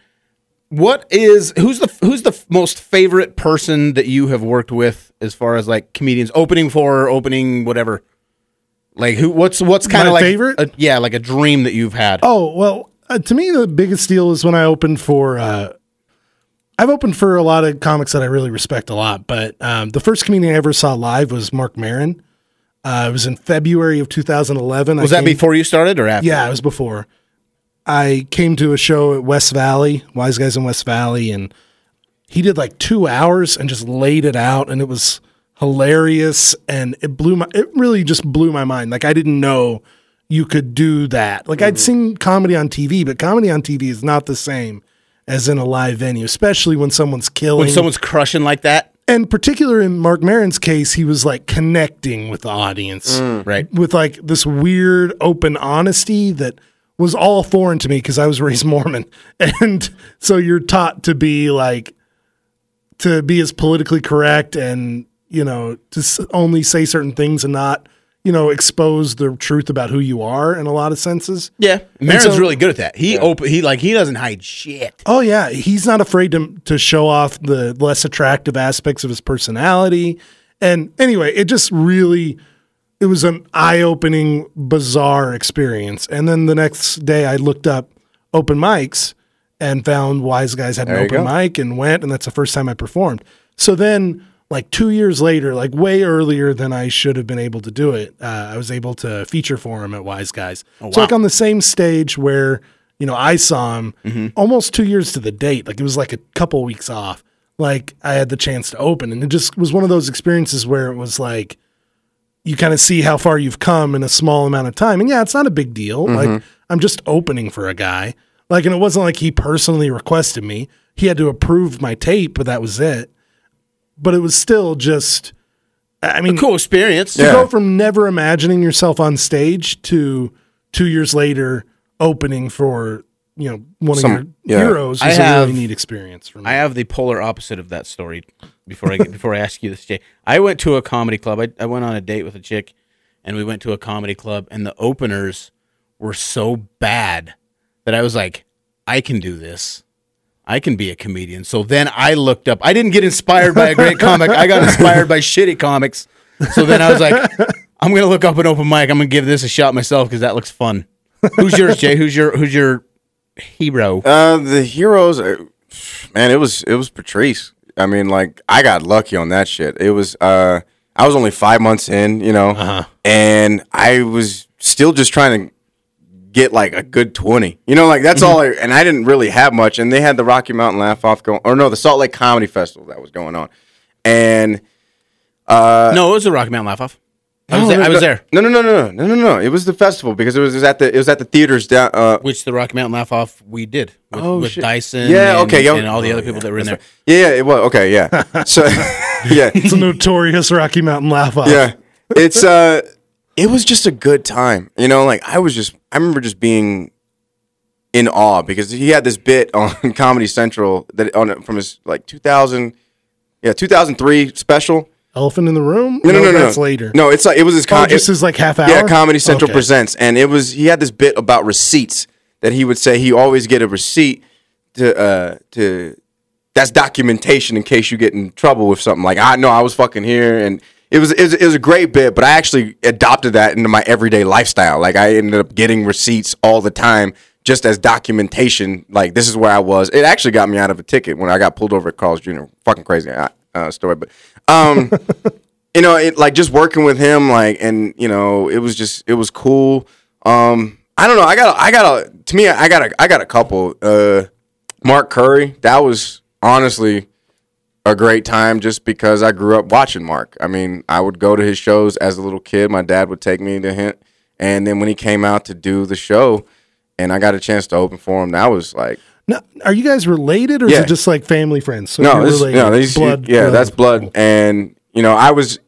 A: What is who's the who's the f- most favorite person that you have worked with as far as like comedians opening for opening whatever? Like who? What's what's kind
E: My
A: of like
E: favorite?
A: a- yeah, like a dream that you've had.
E: Oh well, uh, to me the biggest deal is when I opened for. Uh, I've opened for a lot of comics that I really respect a lot, but um, the first comedian I ever saw live was Mark Maron. Uh, it was in February of 2011.
A: Was
E: I
A: that
E: came-
A: before you started or after?
E: Yeah, it was before. I came to a show at West Valley, Wise Guys in West Valley, and he did like two hours and just laid it out, and it was hilarious, and it blew my. It really just blew my mind. Like I didn't know you could do that. Like
A: Mm-hmm.
E: I'd seen comedy on TV, but comedy on TV is not the same as in a live venue, especially when someone's killing.
A: When someone's crushing like that,
E: and particular in Mark Maron's case, he was like connecting with the audience
A: right?
E: with like this weird open honesty that was all foreign to me because I was raised Mormon. And so you're taught to be like, to be as politically correct and, you know, to s- only say certain things and not, you know, expose the truth about who you are in a lot of senses.
A: Yeah, Maron's
E: so-
A: really good at that. He open he like he doesn't hide shit.
E: Oh yeah, he's not afraid to to show off the less attractive aspects of his personality. And anyway, it just really it was an eye-opening bizarre experience. And then the next day I looked up open mics and found Wise Guys had an
D: There you
E: open
D: go.
E: mic and went, and that's the first time I performed. So then, like two years later, like way earlier than I should have been able to do it, uh, I was able to feature for him at Wise Guys.
D: Oh,
E: So like on the same stage where you know I saw him almost two years to the date. Like it was like a couple weeks off. Like I had the chance to open, and it just was one of those experiences where it was like you kind of see how far you've come in a small amount of time. And yeah, it's not a big deal. Like I'm just opening for a guy. Like, and it wasn't like he personally requested me. He had to approve my tape, but that was it. But it was still just, I mean,
A: Cool experience.
E: to
D: Yeah.
E: go from never imagining yourself on stage to two years later opening for, you know, one
D: Some-
E: of your
D: yeah.
E: heroes
A: I
E: was a
A: have-
E: really neat experience for me.
A: I have the polar opposite of that story. Before I get, before I ask you this, Jay, I went to a comedy club. I, I went on a date with a chick, and we went to a comedy club, and the openers were so bad that I was like, I can do this. I can be a comedian. So then I looked up. I didn't get inspired by a great comic. I got inspired by shitty comics. So then I was like, I'm gonna look up an open mic. I'm gonna give this a shot myself because that looks fun. Who's yours, Jay? Who's your who's your hero?
D: Uh, the heroes, uh, man, it was it was Patrice. I mean, like I got lucky on that shit. It was uh, I was only five months in, you know, and I was still just trying to get like a good twenty, you know, like that's all. I, and I didn't really have much. And they had the Rocky Mountain Laugh Off going, or no, the Salt Lake Comedy Festival that was going on, and uh,
A: no, it was the Rocky Mountain Laugh Off. I
D: Oh,
A: was there. I was there.
D: No, no, no, no, no, no, no, no. It was the festival because it was, it was at the it was at the theaters down. Uh,
A: which the Rocky Mountain Laugh Off we did with, with Dyson.
D: Oh, Yeah,
A: and,
D: okay, yeah.
A: and all the other people that were in there.
D: yeah, yeah, it was okay. Yeah, so yeah,
E: it's a notorious Rocky Mountain laugh off.
D: yeah it's uh it was just a good time you know like i was just i remember just being in awe because he had this bit on comedy central that on from his like 2000 yeah 2003 special
E: Elephant in the room.
D: no no no no
E: that's
D: no.
E: later.
D: no it's like it was his
E: Oh,
D: com-
E: just
D: it-
E: as like half hour.
D: yeah comedy central
E: Okay.
D: presents and it was he had this bit about receipts that he would say he always get a receipt to uh to that's documentation in case you get in trouble with something. Like I know I was fucking here, and it was it was, it was a great bit, but I actually adopted that into my everyday lifestyle. Like I ended up getting receipts all the time just as documentation. Like this is where I was. It actually got me out of a ticket when I got pulled over at Carl's Jr. Fucking crazy uh, uh, story, but um. You know, it like just working with him, like, and you know, it was just, it was cool. Um, I don't know. I got, a, I got a, to me, I got a, I got a couple. Uh, Mark Curry, that was honestly a great time just because I grew up watching Mark. I mean, I would go to his shows as a little kid. My dad would take me to him. And then when he came out to do the show and I got a chance to open for him, that was like,
E: Now, are you guys related or is
D: Yeah.
E: it just like family friends? So
D: no,
E: you're
D: this, no, these, yeah, that's blood. And, you know, I was,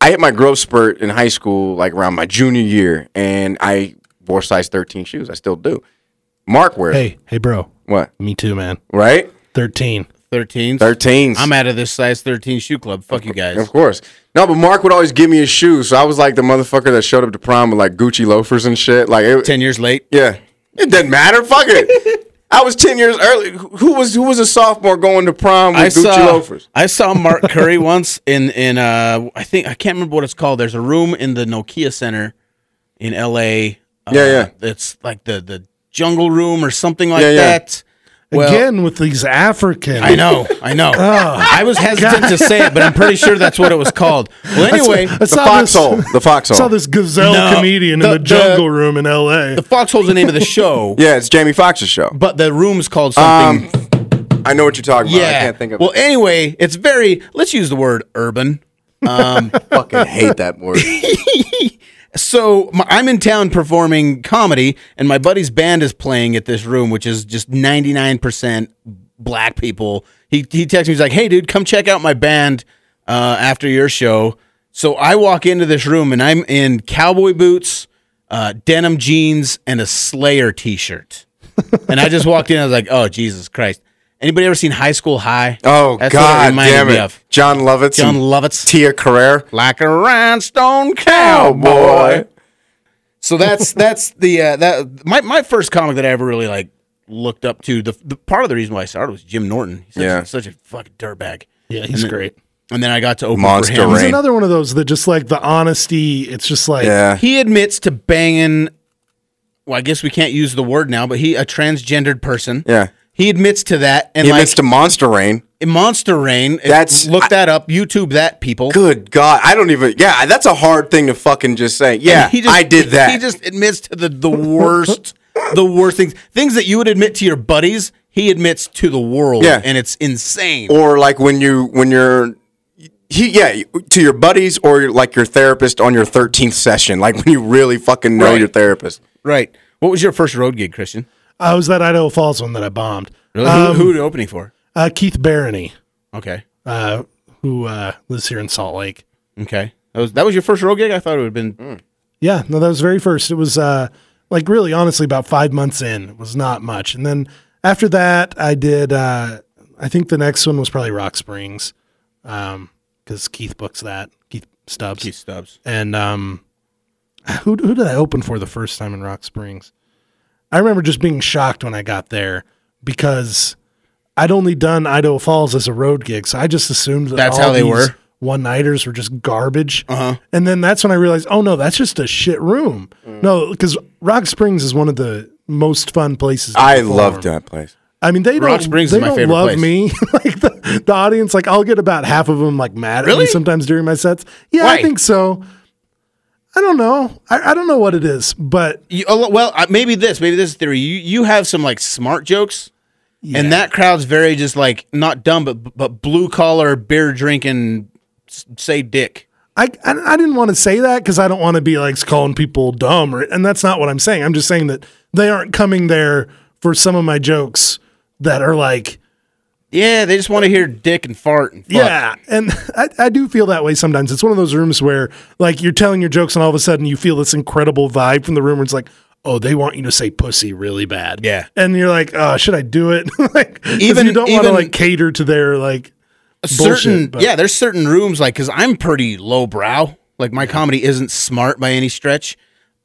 D: I hit my growth spurt in high school, like around my junior year, and I wore size 13 shoes. I still do. Mark wears
E: Hey, hey, bro.
D: what?
E: Me too, man.
D: Right?
E: 13.
A: 13s.
D: 13s.
A: I'm out of this size 13 shoe club. Fuck you guys.
D: Of course. No, but Mark would always give me his shoes, so I was like the motherfucker that showed up to prom with like Gucci loafers and shit. Like, it,
A: 10 years late.
D: yeah, it didn't matter. Fuck it. I was ten years early. Who who was who was a sophomore going to prom with
A: I
D: Gucci
A: saw,
D: loafers?
A: I saw Mark Curry once in in uh I think I can't remember what it's called. There's a room in the Nokia Center in LA. Uh,
D: Yeah, yeah.
A: It's like the the jungle room or something like
D: Yeah, yeah.
A: that. Well,
E: Again, with these African.
A: I know, I know. I was hesitant to say it, but I'm pretty sure that's what it was called. Well, anyway,
E: I
D: The
E: saw
D: foxhole.
E: This,
D: The foxhole.
E: saw this gazelle
A: No,
E: comedian in
A: the-
E: the jungle room in L.A.
A: the Foxhole's the name of the show.
D: Yeah, it's Jamie Foxx's show.
A: but the room's called something.
D: I know what you're talking about.
A: yeah.
D: I can't think of.
A: well, anyway, it's very. Let's use the word urban. Um,
D: fucking hate that word.
A: So my, I'm in town performing comedy, and my buddy's band is playing at this room, which is just 99 percent black people. He he texts me, he's like, "Hey, dude, come check out my band uh, after your show." So I walk into this room, and I'm in cowboy boots, uh, denim jeans, and a Slayer T-shirt. and I just walked in. I was like, "Oh Jesus Christ!" Anybody ever seen High School High?
D: Oh
A: That's what it
D: God,
A: reminded
D: damn
A: me
D: it!
A: of.
D: John Lovitz.
A: John
D: and
A: Lovitz.
D: Tia Carrere.
A: like a rhinestone
D: Oh
A: cowboy.
D: boy.
A: So that's that's the uh, that my my first comic that I ever really like looked up to. The, the part of the reason why I started was Jim Norton. He's such,
D: Yeah.
A: such a fucking dirtbag.
E: yeah, he's great.
A: And then I got to open
D: Monster
A: for him.
D: Rain.
E: He's another one of those that just like the honesty. It's just like
D: Yeah.
A: He admits to banging. Well, I guess we can't use the word now, but he a transgendered person.
D: Yeah.
A: He admits to that, and
D: He
A: like
D: admits to Monster Rain.
A: Monster Rain.
D: That's-
A: look that up. YouTube that people.
D: Good God, I don't even. Yeah, that's a hard thing to fucking just say. Yeah,
A: And he just-
D: I did that.
A: He just admits to the the worst, the worst things, things that you would admit to your buddies. He admits to the world,
D: Yeah.
A: and it's insane.
D: or like when you when you're he, yeah to your buddies or like your therapist on your 13th session like when you really fucking know
A: Right.
D: your therapist
A: right. What was your first road gig, Christian?
E: I "Oh, was that Idaho Falls one that I bombed.
A: Really?
E: Um,
A: who, who are you opening for?
E: uh, Keith Barony,
A: Okay.
E: uh, who uh, lives here in Salt Lake.
A: Okay. That was that was your first road gig. I thought it would have been.
E: Yeah, no, that was very first. It was uh, like really honestly about five months in. It was not much, and then after that, I did. Uh, I think the next one was probably Rock Springs, because Keith books that Keith Stubbs,
A: Keith Stubbs.
E: and um, who who did I open for the first time in Rock Springs? I remember just being shocked when I got there because I'd only done Idaho Falls as a road gig, so I just assumed that
A: That's
E: all
A: how they
E: these
A: were?
E: One nighters were just garbage, uh-huh. and then that's when I realized, oh no, that's just a shit room.
A: Mm.
E: No, because Rock Springs is one of the most fun places. to
D: i
E: perform.
D: loved that place
E: I mean, they
A: Rock
E: don't.
A: Springs is
E: they
A: my
E: don't
A: favorite
E: love
A: place.
E: me. like the, the audience, like I'll get about half of them like mad at
A: Really?
E: me sometimes during my sets. Yeah,
A: Why?
E: I think so. I don't know. I, I don't know what it is, but
A: You, oh, well, uh, maybe this. Maybe this is theory. You you have some like smart jokes, and that crowd's very just like not dumb, but but blue collar beer drinking, s- say dick.
E: I I, I didn't want to say that because I don't want to be like calling people dumb, or, and that's not what I'm saying. I'm just saying that they aren't coming there for some of my jokes that are like.
A: Yeah, they just want to hear dick and fart and fuck.
E: Yeah, and I, I do feel that way sometimes. It's one of those rooms where like you're telling your jokes, and all of a sudden you feel this incredible vibe from the room. Where it's like, oh, they want you to say pussy really bad.
A: Yeah.
E: and you're like, oh, should I do it? like, 'cause
A: Even-
E: you don't want to
A: even-
E: like cater to their like. bullshit,
A: certain
E: but-
A: yeah there's certain rooms like because i'm pretty lowbrow like my comedy isn't smart by any stretch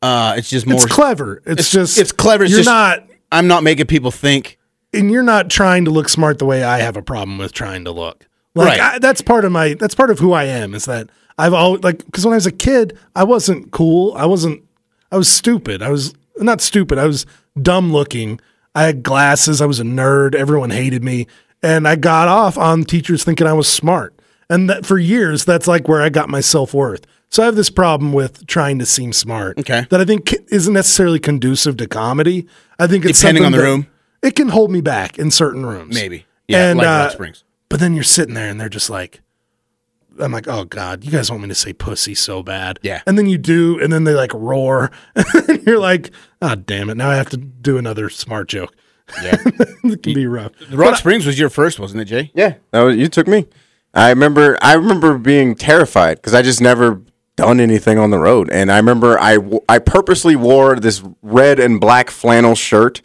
A: uh it's just more
E: It's clever. It's, just
A: it's clever, it's
E: you're
A: just-
E: not,
A: i'm not making people think
E: and you're not trying to look smart the way I have a problem with trying to look. Like
A: Right.
E: I, that's part of my that's part of who I am is that I've always like because when I was a kid I wasn't cool I wasn't I was stupid I was not stupid I was dumb looking I had glasses I was a nerd everyone hated me and I got off on teachers thinking I was smart and that for years that's like where I got my self worth so I have this problem with trying to seem smart
A: Okay.
E: that I think isn't necessarily conducive to comedy I think it's
A: Depending on
E: something
A: the
E: that-
A: room.
E: it can hold me back in certain rooms.
A: Maybe. Yeah,
E: and,
A: like
E: uh,
A: Rock Springs.
E: But then you're sitting there and they're just like, I'm like, oh God, you guys want me to say pussy so bad.
A: Yeah.
E: And then you do, and then they like roar. and you're like, oh, damn it. Now I have to do another smart joke.
A: yeah
E: it can be rough.
A: rock springs was your first wasn't it jay
D: yeah that was, you took me i remember i remember being terrified because i just never done anything on the road and i remember i w- i purposely wore this red and black flannel shirt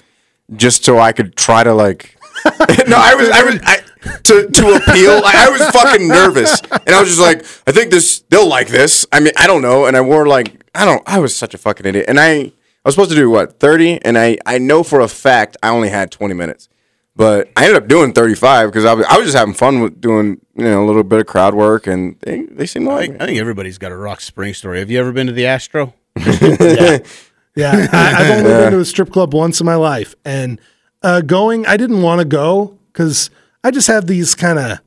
D: just so i could try to like no, I was, I was, I, to to appeal. Like, I was fucking nervous, and I was just like, I think this, they'll like this. I mean, I don't know. And I wore like, I don't, I was such a fucking idiot. And I, I was supposed to do what thirty, and I, I know for a fact I only had twenty minutes, but I ended up doing thirty five because I was, I was just having fun with doing, you know, a little bit of crowd work, and they, they seemed to like.
A: I think everybody's got a Rock Springs story. Have you ever been to the Astro?
E: Yeah, I, I've only been to a strip club once in my life, and uh, going, I didn't want to go because I just have these kind of,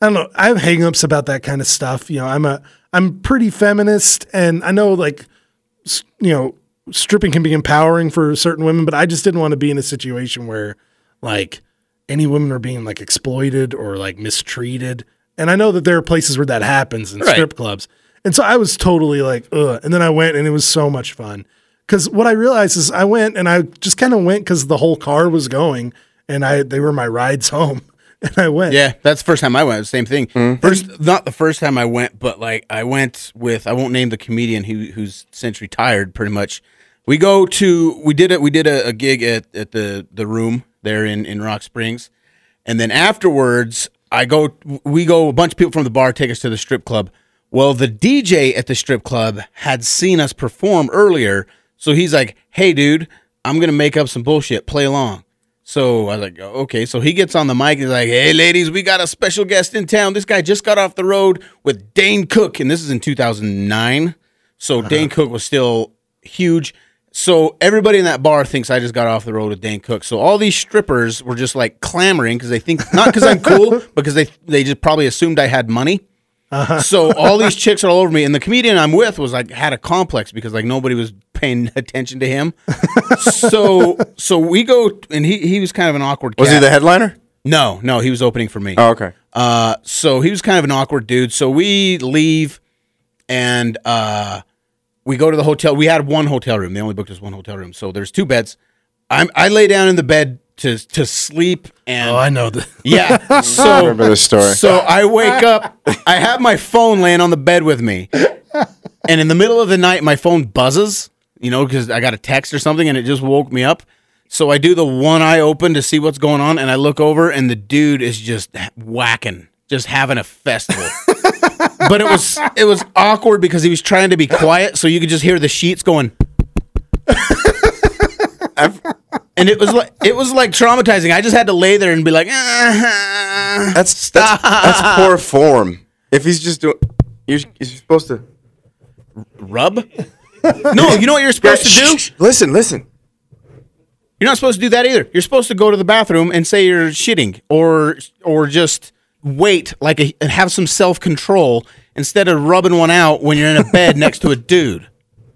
E: I don't know, I have hangups about that kind of stuff. You know, I'm a, I'm pretty feminist, and I know like, s- you know, stripping can be empowering for certain women, but I just didn't want to be in a situation where like any women are being like exploited or like mistreated. And I know that there are places where that happens in strip clubs. And so I was totally like, ugh. And then I went and it was so much fun. Cause what I realized is I went and I just kind of went cause the whole car was going and I, they were my rides home and I went.
A: Yeah, that's the first time I went. It was the Same thing. First, not the first time I went, but like I went with I won't name the comedian who who's since retired. Pretty much, we go to we did it. We did a, a gig at, at the the room there in in Rock Springs, and then afterwards I go. We go. A bunch of people from the bar take us to the strip club. Well, the DJ at the strip club had seen us perform earlier, so he's like, "Hey, dude, I'm gonna make up some bullshit. Play along." So I was like, oh, okay. So he gets on the mic and he's like, hey, ladies, we got a special guest in town. This guy just got off the road with Dane Cook. And this is in 2009. So Dane Cook was still huge. So everybody in that bar thinks I just got off the road with Dan Cook. So all these strippers were just like clamoring because they think not because I'm cool, because they they just probably assumed I had money. So all these chicks are all over me, and the comedian I'm with was like had a complex because like nobody was paying attention to him. so so we go, and he he was kind of an awkward.
D: Was he
A: cat.
D: the headliner?
A: No, no, he was opening for me.
D: Oh, okay.
A: Uh, so he was kind of an awkward dude. So we leave and uh, we go to the hotel. We had one hotel room. They only booked us one hotel room. So there's two beds. I'm, I lay down in the bed to to sleep and
E: Oh, I know that.
A: yeah. So I
D: remember this story.
A: So I wake up. I have my phone laying on the bed with me, and in the middle of the night, my phone buzzes. You know, because I got a text or something, and it just woke me up. So I do the one eye open to see what's going on, and I look over, and the dude is just whacking, just having a festival. but it was it was awkward because he was trying to be quiet, so you could just hear the sheets going. and it was like it was like traumatizing. I just had to lay there and be like, "Ah."
D: That's that's, that's poor form. If he's just doing, you're, you're supposed to
A: rub. No, you know what you're supposed to do.
D: Listen, listen.
A: You're not supposed to do that either. You're supposed to go to the bathroom and say you're shitting, or or just wait like a, and have some self control instead of rubbing one out when you're in a bed next to a dude.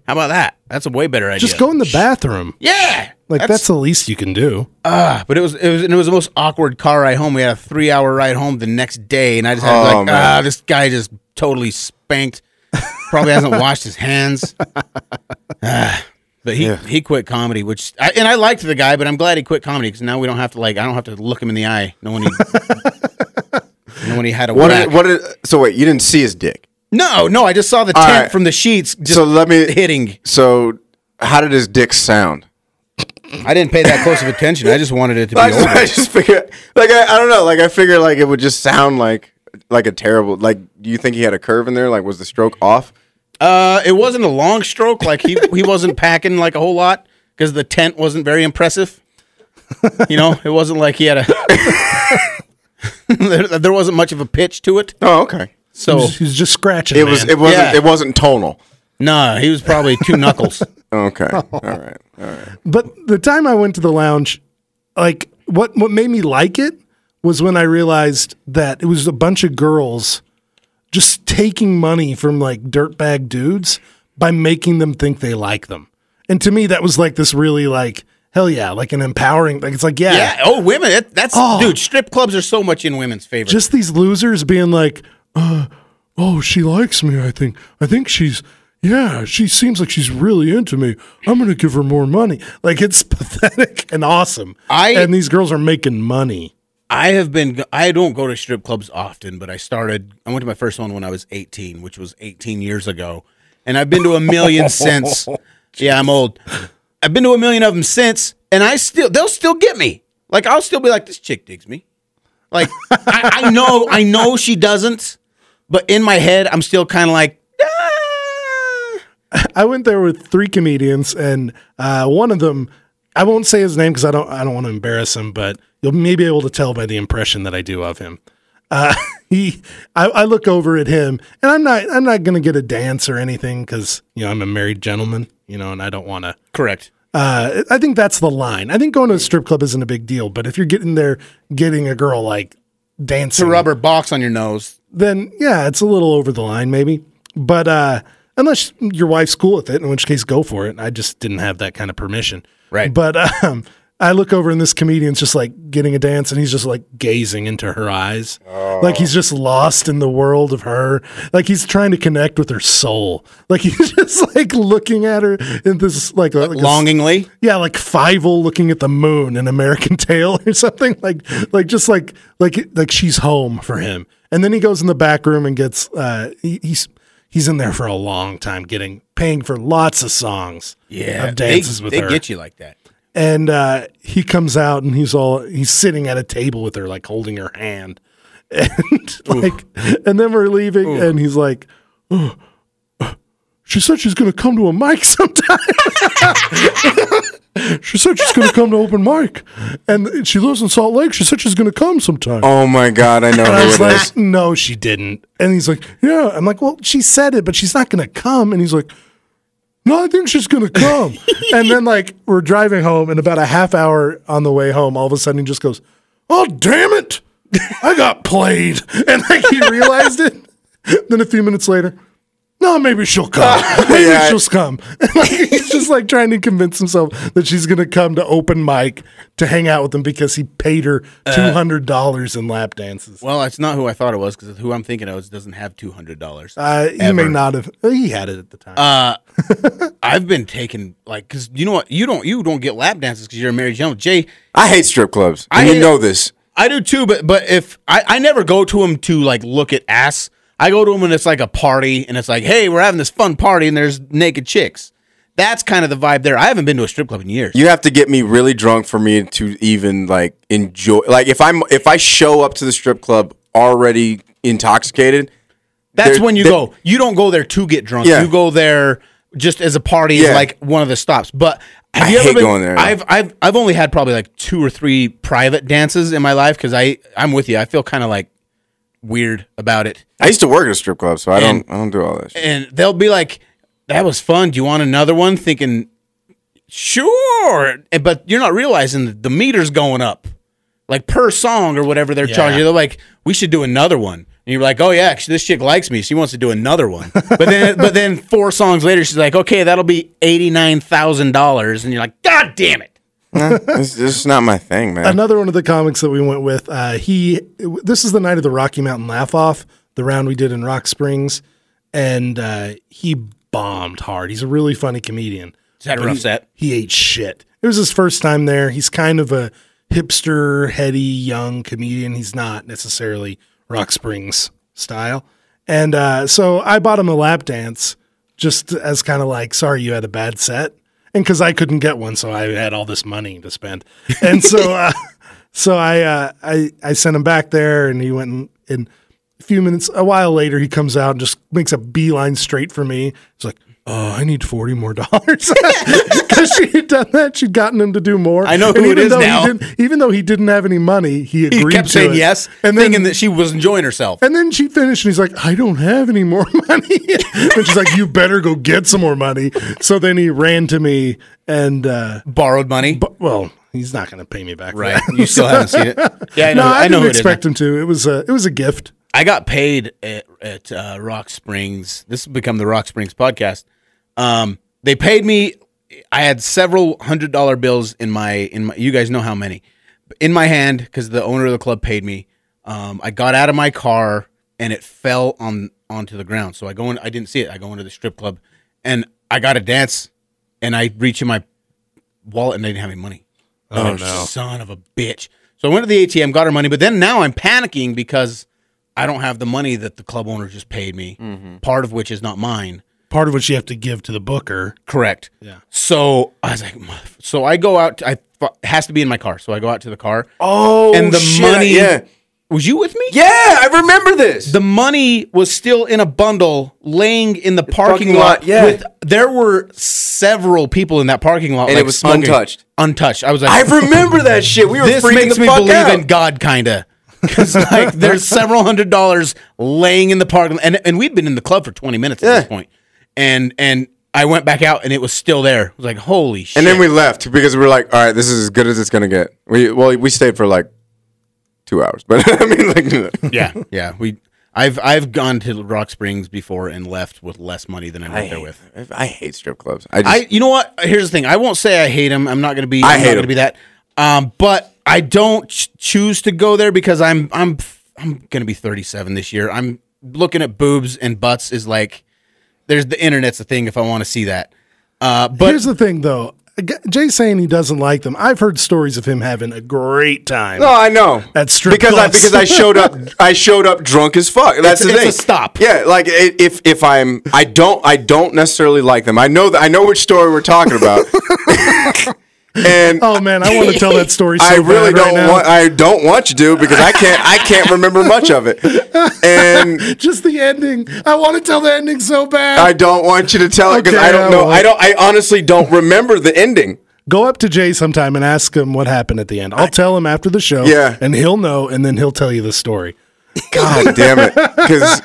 A: How about that? That's a way better idea.
E: Just go in the bathroom.
A: Yeah,
E: Like that's, the least you can do.
A: But it was it was and it was the most awkward car ride home. We had a three hour ride home the next day, and I just had to be
D: Oh,
A: like,
D: man.
A: ah, this guy just totally spanked. Probably hasn't washed his hands. Ah, but he he quit comedy, which I, and I liked the guy, but I'm glad he quit comedy because now we don't have to like I don't have to look him in the eye. No one. No one he had a
D: What?
A: whack.
D: Did, what? Did, so wait, you didn't see his dick.
A: No, no, I just saw the tent
D: right.
A: from the sheets just
D: so let me
A: hitting.
D: So how did his dick sound?
A: I didn't pay that close of attention. I just wanted it to be
D: I just,
A: over.
D: I just figure, like I, I don't know, like I figure, like it would just sound like like a terrible. Like, do you think he had a curve in there? Like, was the stroke off?
A: Uh, it wasn't a long stroke. Like he he wasn't packing like a whole lot because the tent wasn't very impressive. You know, it wasn't like he had a. there, there wasn't much of a pitch to it,
D: Oh, okay.
A: so
E: He's, he's just scratching.
D: It was.
E: man.
D: It wasn't.
A: Yeah.
D: It wasn't tonal.
A: nah, he was probably two knuckles.
D: Okay. All right. All right.
E: But the time I went to the lounge, like what what made me like it was when I realized that it was a bunch of girls just taking money from like dirtbag dudes by making them think they like them. And to me that was like this really like hell yeah, like an empowering like it's like yeah,
A: Yeah. Oh, women. That, that's
E: Oh.
A: dude. Strip clubs are so much in women's favor.
E: just these losers being like uh oh, she likes me, I think. I think she's yeah, she seems like she's really into me. I'm gonna give her more money. Like it's pathetic and awesome.
A: I-
E: and these girls are making money.
A: I have been. I don't go to strip clubs often, but I started. I went to my first one when I was 18, which was 18 years ago, and I've been to a million since. Yeah, I'm old. I've been to a million of them since, and I still they'll still get me. Like I'll still be like, this chick digs me. Like I, I know, I know she doesn't, but in my head, I'm still kind of like, "Ah."
E: I went there with three comedians, and uh, one of them, I won't say his name because I don't I don't want to embarrass him, but you'll may be able to tell by the impression that I do of him. Uh, he, I, I look over at him, and I'm not I'm not gonna get a dance or anything because you know I'm a married gentleman, you know, and I don't want to.
A: correct.
E: Uh, I think that's the line. I think going to a strip club isn't a big deal, but if you're getting there, getting a girl like dancing,
A: Rubber box on your nose.
E: then yeah, it's a little over the line maybe. But uh, unless your wife's cool with it, in which case go for it. I just didn't have that kind of permission.
A: Right.
E: But um, I look over and this comedian's just like getting a dance and he's just like gazing into her eyes. Like he's just lost in the world of her. Like he's trying to connect with her soul. Like he's just like looking at her in this like, like a-
A: Longingly,
E: yeah, like Fievel looking at the moon in American Tail or something like like just like like like she's home for him. And then he goes in the back room and gets uh he, he's he's in there for a long time getting paying for lots of songs.
A: yeah.
E: Of
A: They,
E: dances with
A: they
E: her.
A: get you like that.
E: And uh he comes out and he's all he's sitting at a table with her like holding her hand. And like and then we're leaving and he's like "Oh, she said she's gonna come to a mic sometime. She said she's going to come to open mic, and she lives in Salt Lake. She said she's going to come sometime.
D: Oh my God! I know
E: and I was
D: who it is.
E: like, "No, she didn't." And he's like, "Yeah." I'm like, "Well, she said it, but she's not going to come." And he's like, no, I think she's gonna come. and then like we're driving home, and about a half hour on the way home, all of a sudden he just goes, "Oh damn it, I got played," and like he realized it. Then a few minutes later, no, maybe she'll come. Maybe
D: Yeah.
E: she'll come. And, like, he's just like trying to convince himself that she's gonna come to open mic to hang out with him because he paid her
D: Uh,
E: two hundred dollars in lap dances.
A: Well, that's not who I thought it was because who I'm thinking of doesn't have two hundred dollars.
E: Uh, he may not have. He had it at the time.
A: I've been taking like because you know what you don't you don't get lap dances because you're a married gentleman. Jay,
D: I hate strip clubs.
A: I
D: and
A: hate
D: you
A: it.
D: know this.
A: I do too, but but if I I never go to them to like look at ass. I go to them and it's like a party and it's like hey we're having this fun party and there's naked chicks. That's kind of the vibe there. I haven't been to a strip club in years.
D: You have to get me really drunk for me to even like enjoy. Like if I'm if I show up to the strip club already intoxicated,
A: That's
D: They're-
A: when you
D: they-
A: go. You don't go there to get drunk.
D: Yeah.
A: You go there just as a party,
D: Yeah.
A: like one of the stops. But have
D: I
A: you ever
D: hate
A: been,
D: going there.
A: I've I've I've only had probably like two or three private dances in my life because I I'm with you. I feel kind of like weird about it,
D: I used to work at a strip club, so I
A: And-
D: don't I don't do all that. Shit.
A: and they'll be like, "That was fun. Do you want another one?" Thinking, sure, And- but you're not realizing that the meter's going up, like per song or whatever they're charging. They're like, "We should do another one." And you're like, "Oh yeah, actually, this chick likes me. She wants to do another one." But then, but then four songs later, she's like, "Okay, that'll be eighty nine thousand dollars," and you're like, "God damn it!"
D: It's just not my thing, man.
E: Another one of the comics that we went with, uh, he. This is the night of the Rocky Mountain Laugh Off, the round we did in Rock Springs, and uh, he bombed hard. He's a really funny comedian.
A: Is that a rough set?
E: He ate shit. It was his first time there. He's kind of a hipster, heady, young comedian. He's not necessarily Rock Springs style. And uh, so I bought him a lap dance just as kind of like, sorry, you had a bad set. And because I couldn't get one, so I had all this money to spend. And so. Uh, So I, uh, I I sent him back there, and he went and, and a few minutes, a while later, he comes out and just makes a beeline straight for me. He's like, "Oh, I need forty more dollars," because she had done that. She'd gotten him to do more.
A: I know
E: And
A: who it
E: even
A: is
E: though he
A: now.
E: didn't- even though he didn't have any money, he agreed.
A: He kept
E: to
A: saying
E: it.
A: yes,
E: and then
A: thinking that she was enjoying herself.
E: and then she finished, and he's like, "I don't have any more money." and she's like, "You better go get some more money." So then he ran to me, and uh,
A: Borrowed money,
E: but well, he's not going to pay me back, for
A: right?
E: that.
A: You still haven't seen it. Yeah, I know.
E: No, I,
A: I, know who it is
E: didn't
A: now.
E: expect him to. It was a it was a gift.
A: I got paid at, at uh, Rock Springs. This has become the Rock Springs podcast. Um, they paid me. I had several hundred dollar bills in my in my. You guys know how many in my hand because the owner of the club paid me. Um, I got out of my car and it fell on onto the ground. So I go in. I didn't see it. I go into the strip club and I got a dance and I reach in my wallet and I didn't have any money. Oh, no. Son of a bitch. So I went to the ATM, got her money, but then now I'm panicking because I don't have the money that the club owner just paid me,
D: Mm-hmm.
A: part of which is not mine.
E: Part of which you have to give to the booker.
A: Correct. Yeah. So I was like, "Motherf-" so I go out. I it has to be in my car. So I go out to the car.
D: oh,
A: and the
D: shit,
A: money.
D: yeah,
A: Was you with me?
D: yeah, I remember this.
A: The money was still in a bundle, laying in the parking,
D: parking
A: lot.
D: lot, yeah.
A: there were several people in that parking lot,
D: And it
A: like,
D: was
A: smoking.
D: untouched.
A: Untouched. I was like,
D: I remember that shit. We were
A: this
D: freaking
A: makes
D: the
A: me
D: fuck
A: believe
D: out.
A: in God, kinda. Because like there's several hundred dollars laying in the parking, and and we'd been in the club for 20 minutes at this
D: Yeah.
A: point, and and I went back out and it was still there. I was like, holy shit!
D: And then we left because we were like, all right, this is as good as it's gonna get. We well, we stayed for like two hours, but I mean, like,
A: yeah, yeah, we. I've I've gone to Rock Springs before and left with less money than I went there with.
D: I hate strip clubs. I just,
A: I you know what? Here's the thing. I won't say I hate him. I'm not gonna be.
D: I
A: I'm
D: hate
A: not gonna
D: 'em.
A: be that. Um, but I don't ch- choose to go there because I'm I'm I'm gonna be 37 this year. I'm looking at boobs and butts is like there's the internet's a thing if I want to see that. Uh, but
E: Here's the thing, though. G- Jay's saying he doesn't like them. I've heard stories of him having a great time.
D: No, I know.
E: At strip
D: because I
E: clubs.
D: because I showed up I showed up drunk as fuck. That's
A: It's-
D: the
A: it's
D: thing.
A: a stop.
D: Yeah, like i- if if I'm I don't I don't necessarily like them. I know that I know which story we're talking about. and
E: Oh man, I want to tell that story. So
D: I really
E: bad right
D: don't
E: now.
D: want I don't want you to because I can't I can't remember much of it. And
E: Just the ending. I want to tell the ending so bad.
D: I don't want you to tell it because
E: Okay,
D: I
E: I
D: don't know.
E: won't.
D: I don't I honestly don't remember the ending.
E: Go up to Jay sometime and ask him what happened at the end. I'll tell him after the show.
D: Yeah.
E: and he'll know, and then he'll tell you the story.
D: God damn it! Because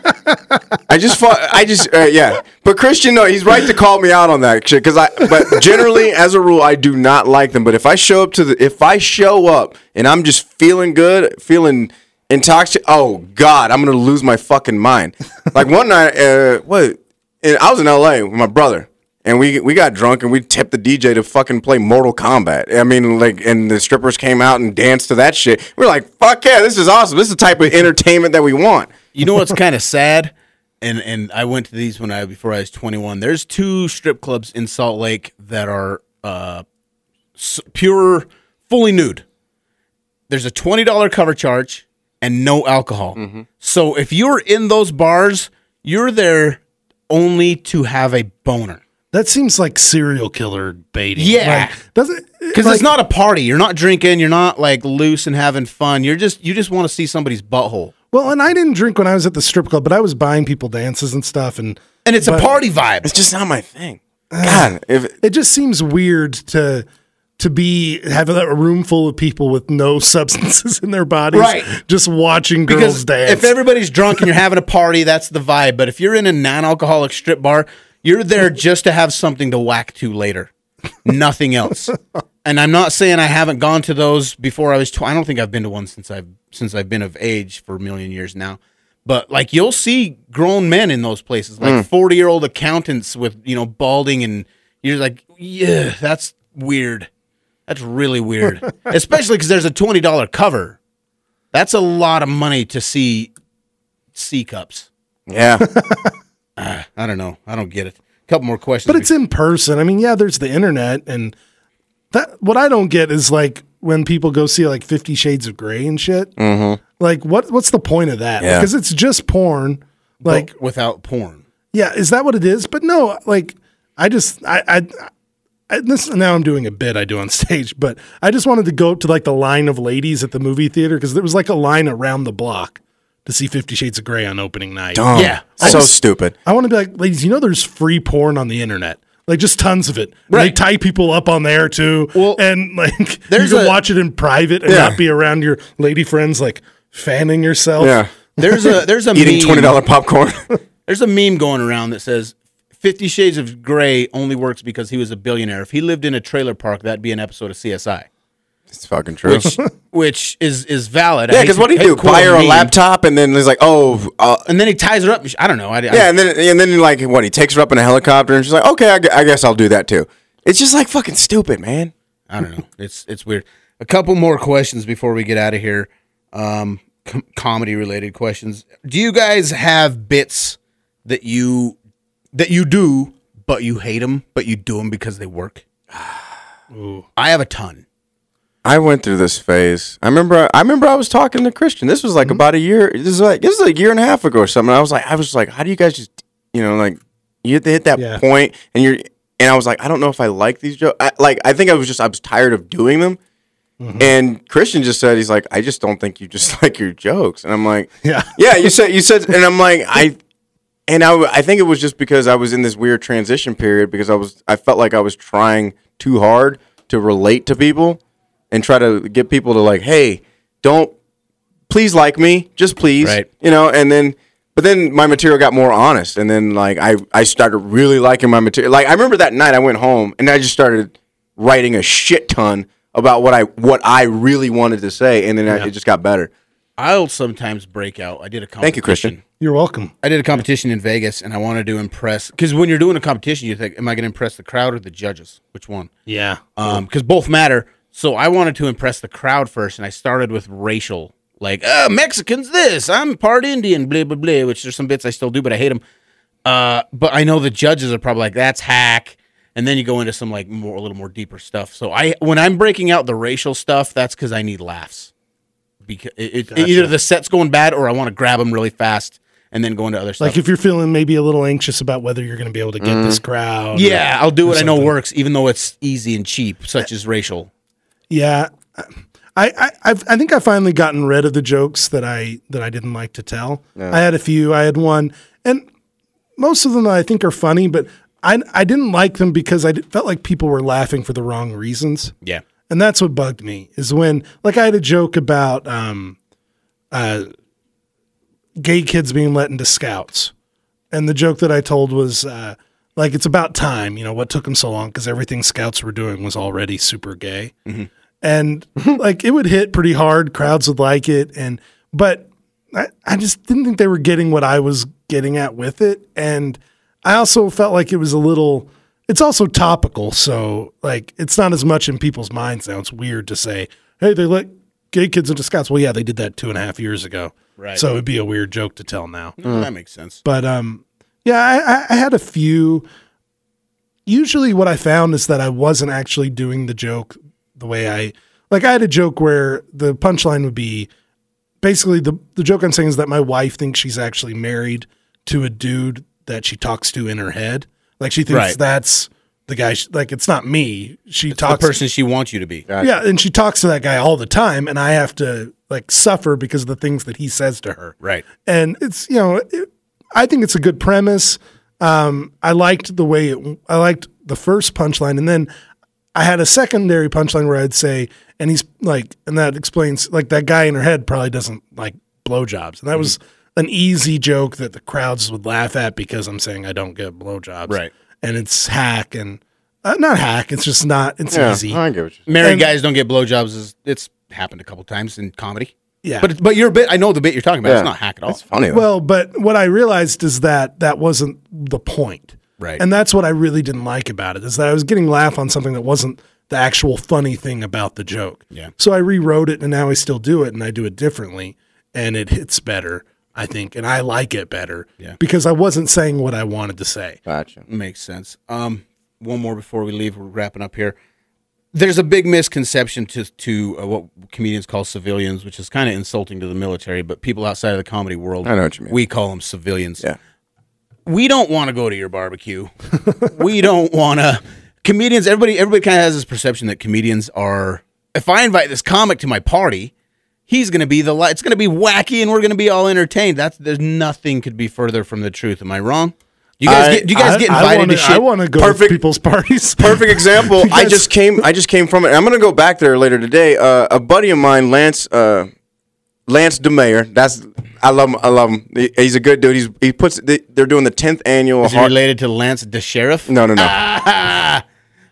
D: I just fought. I just uh, yeah. But Christian, no, he's right to call me out on that shit. Because I, but generally, as a rule, I do not like them. But if I show up to the, if I show up and I'm just feeling good, feeling intoxicated, oh God, I'm gonna lose my fucking mind. Like one night, uh, what? And I was in L.A. with my brother. And we we got drunk and we tipped the DJ to fucking play Mortal Kombat. I mean, like, and the strippers came out and danced to that shit. We are like, fuck yeah, this is awesome. This is the type of entertainment that we want.
A: You know what's kind of sad? And and I went to these when I before I was 21. There's two strip clubs in Salt Lake that are uh, s- pure, fully nude. There's a twenty dollar cover charge and no alcohol. So if you're in those bars, you're there only to have a boner.
E: That seems like serial killer baiting.
A: Yeah.
E: Like, does it?
A: Because
E: like,
A: it's not a party. You're not drinking. You're not like loose and having fun. You're just you just want to see somebody's butthole.
E: Well, and I didn't drink when I was at the strip club, but I was buying people dances and stuff, and
A: And it's a party vibe.
D: It's just not my thing. God, if
E: it just seems weird to to be have a room full of people with no substances in their bodies,
A: Right.
E: Just watching girls
A: because
E: dance.
A: if everybody's drunk and you're having a party, that's the vibe. But if you're in a non-alcoholic strip bar, you're there just to have something to whack to later, nothing else. And I'm not saying I haven't gone to those before I was. Tw- I don't think I've been to one since I've since I've been of age for a million years now. But like you'll see grown men in those places,
E: Mm.
A: like forty year old accountants with you know balding, and you're like, yeah, that's weird. That's really weird, especially because there's a twenty dollar cover. That's a lot of money to see C cups.
D: yeah,
A: I don't know. I don't get it. A couple more questions.
E: but it's in person. I mean, yeah, there's the internet, and that what I don't get is like when people go see like Fifty Shades of Grey and shit.
A: Mm-hmm.
E: Like, what what's the point of that?
D: Yeah.
E: Because it's just porn. Like,
A: like without porn.
E: Yeah, is that what it is? But no, like I just I I, I this now I'm doing a bit I do on stage, but I just wanted to go up to like the line of ladies at the movie theater because there was like a line around the block to see Fifty Shades of Grey on opening night.
D: dumb.
A: Yeah.
D: so stupid.
E: I want to be like, ladies, you know, there's free porn on the internet. Like just tons of it. And They
A: Right.
E: tie people up on there too,
A: Well,
E: and like
A: there's
E: you can
A: a-
E: watch it in private and
D: Yeah.
E: not be around your lady friends, like fanning yourself.
D: Yeah,
A: There's a there's a
D: eating
A: meme-
D: twenty dollar popcorn.
A: There's a meme going around that says Fifty Shades of Grey only works because he was a billionaire. If he lived in a trailer park, that'd be an episode of CSI,
D: it's fucking true.
A: which, which is is valid. I
D: yeah,
A: hate
D: because
A: to-
D: what do you
A: hate
D: do?
A: to quote
D: Buy her a
A: meme.
D: laptop and then it's like, oh, uh,
A: and then he ties her up. and sh- I don't know. I,
D: yeah, and then and then like what? He takes her up in a helicopter and she's like, okay, I, gu- I guess I'll do that too. It's just like fucking stupid, man.
A: I don't know. It's it's weird. A couple more questions before we get out of here. Um, com- comedy related questions. Do you guys have bits that you that you do, but you hate them, but you do them because they work? I have a ton.
D: I went through this phase. I remember. I remember. I was talking to Christian. This was like about a year. This is like this is like a year and a half ago or something. I was like, I was like, how do you guys just, you know, like you hit, hit that
E: Yeah.
D: point and you're, and I was like, I don't know if I like these jokes. I, like, I think I was just, I was tired of doing them. And Christian just said, he's like, I just don't think you just like your jokes. And I'm like,
E: Yeah.
D: yeah. You said, you said, and I'm like, I, and I, w- I think it was just because I was in this weird transition period because I was I felt like I was trying too hard to relate to people and try to get people to like, hey, don't please like me, just please,
A: Right.
D: you know. And then, but then my material got more honest, and then like I I started really liking my material. Like I remember that night I went home and I just started writing a shit ton about what I what I really wanted to say, and then I, it just got better.
A: I'll sometimes break out. I did a competition.
D: Thank you, Christian.
E: You're welcome.
A: I did a competition in Vegas, and I wanted to impress. Because when you're doing a competition, you think, "Am I going to impress the crowd or the judges? Which one?"
E: Yeah.
A: um because both matter so i wanted to impress the crowd first and i started with racial like uh mexicans this i'm part indian blah blah blah which there's some bits i still do but i hate them uh but i know the judges are probably like that's hack and then you go into some like more a little more deeper stuff so i when i'm breaking out the racial stuff that's because i need laughs because it, it, either the set's going bad or i want to grab them really fast and then go into other stuff
E: Like if you're feeling maybe a little anxious about whether you're going to be able to get this crowd. or-
A: yeah i'll do what i know works even though it's easy and cheap such as racial
E: yeah. I, I I've, I think I finally gotten rid of the jokes that I that I didn't like to tell. I had a few. I had one, and most of them I think are funny, but I I didn't like them because I d- felt like people were laughing for the wrong reasons.
A: yeah
E: And that's what bugged me is when, like, I had a joke about, um, uh, gay kids being let into scouts. And the joke that I told was uh, like, it's about time, you know, what took them so long? Because everything scouts were doing was already super gay. And like, it would hit pretty hard. Crowds would like it. And, but I, I just didn't think they were getting what I was getting at with it. And I also felt like it was a little, it's also topical. So, like, it's not as much in people's minds now. It's weird to say, hey, they let gay kids into scouts. Well, yeah, they did that two and a half years ago.
A: Right.
E: So it'd be a weird joke to tell now.
A: That makes sense.
E: But um, yeah, I, I- I had a few. Usually, what I found is that I wasn't actually doing the joke the way I like. I had a joke where the punchline would be basically the the joke I'm saying is that my wife thinks she's actually married to a dude that she talks to in her head. Like she thinks
A: Right.
E: that's the guy. She, like it's not me. She
A: The
E: talks
A: person she wants you to be.
E: yeah, and she talks to that guy all the time, and I have to like suffer because of the things that he says to her.
A: Right.
E: And it's you know, it, I think it's a good premise. Um, I liked the way it. I liked the first punchline, and then I had a secondary punchline where I'd say, and he's like, and that explains like that guy in her head probably doesn't like blowjobs, and that was an easy joke that the crowds would laugh at because I'm saying I don't get blowjobs,
A: Right.
E: And it's hack and. Uh, not hack. It's just not. It's
D: Yeah,
E: easy.
D: I get what you're
A: Married
E: And-
A: guys don't get blowjobs. Is it's happened a couple times in comedy.
E: Yeah.
A: But but your bit. I know the bit you're talking about.
D: Yeah.
A: It's not hack at all.
D: It's funny. Though.
E: Well, but what I realized is that that wasn't the point.
A: Right.
E: And that's what I really didn't like about it is that I was getting laugh on something that wasn't the actual funny thing about the joke.
A: Yeah.
E: So I rewrote it and now I still do it and I do it differently and it hits better, I think, and I like it better
A: Yeah.
E: because I wasn't saying what I wanted to say.
D: gotcha.
A: Makes sense. Um, one more before we leave. We're wrapping up here. There's a big misconception to to uh, what comedians call civilians, which is kind of insulting to the military, but people outside of the comedy world,
D: I know what you mean.
A: We call them civilians.
D: Yeah.
A: We don't want to go to your barbecue. we don't want to. Comedians, everybody, everybody kind of has this perception that comedians are. If I invite this comic to my party, he's going to be the. li- It's going to be wacky, and we're going to be all entertained. That's there's nothing could be further from the truth. Am I wrong? You guys,
D: I-
A: get, do you guys
E: I-
A: get
E: I
A: invited
E: wanna-
A: to shit?
E: I want to go
D: Perfect-
E: to people's parties.
D: Perfect example. I
E: Because-
D: just came. I just came from it. I'm gonna go back there later today. Uh, a buddy of mine, Lance. Uh, Lance DeMayer. That's I love him. I love him. He- he's a good dude. He's he puts. They, they're doing the 10th annual.
A: Is he
D: Har-
A: related to Lance the Sheriff?
D: no, no, no.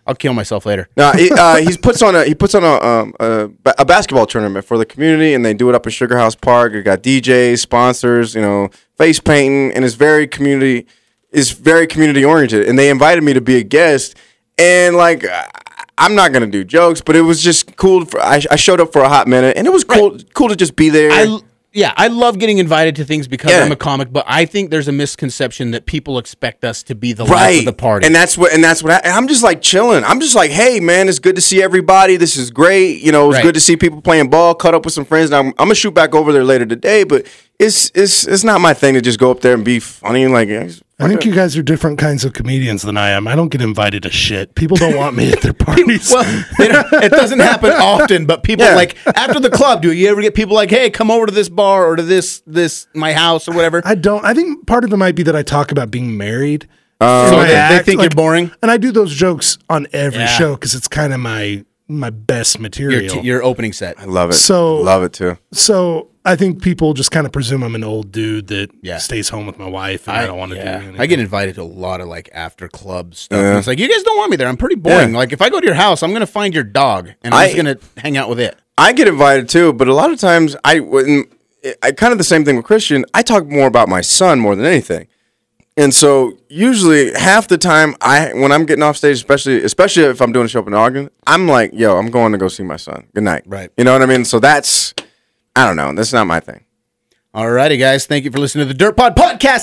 A: I'll kill myself later.
D: No, he, uh, he's puts on a he puts on a, um, a ba- a basketball tournament for the community, and they do it up in Sugar House Park. You got DJs, sponsors, you know, face painting, and it's very community is very community oriented. And they invited me to be a guest, and like I- I'm not gonna do jokes, but it was just cool. For, I, I showed up for a hot minute, and it was cool cool to just be there.
A: I l- yeah, I love getting invited to things because
D: Yeah.
A: I'm a comic, but I think there's a misconception that people expect us to be the life
D: right
A: of the party.
D: and that's what and that's what I, and i'm just like chilling i'm just like hey man it's good to see everybody this is great you know it's
A: Right.
D: good to see people playing ball cut up with some friends and I'm, I'm gonna shoot back over there later today but it's it's it's not my thing to just go up there and be funny like I just-
E: I think you guys are different kinds of comedians than I am. I don't get invited to shit. People don't want me at their parties.
A: well, they don't- it doesn't happen often, but people
D: Yeah.
A: like after the club. Do you ever get people like, "Hey, come over to this bar or to this this my house or whatever"?
E: I don't. I think part of it might be that I talk about being married.
A: So
E: And I
A: Oh, they- they think you're boring?
E: and I do those jokes on every
A: Yeah.
E: show because it's kind of my my best
A: your,
E: material.
A: t- your opening set.
D: love it
E: So-
D: love it too
E: so I think people just kind of presume I'm an old dude that
A: Yeah.
E: stays home with my wife and I, don't want to do. Anything.
A: I get invited to a lot of like after club stuff. And it's like you guys don't want me there. I'm pretty boring.
D: Yeah.
A: Like if I go to your house, I'm gonna find your dog and I'm
D: I-
A: just gonna hang out with it.
D: I get invited too, but a lot of times I wouldn't. I kind of the same thing with Christian. I talk more about my son more than anything, and so usually half the time I when I'm getting off stage, especially especially if I'm doing a show up in Ogden, I'm like, "Yo, I'm going to go see my son. Good night."
A: Right.
D: You know what I mean? So that's I don't know. That's not my thing.
A: Alrighty, guys. Thank you for listening to the Dirt Pod podcast.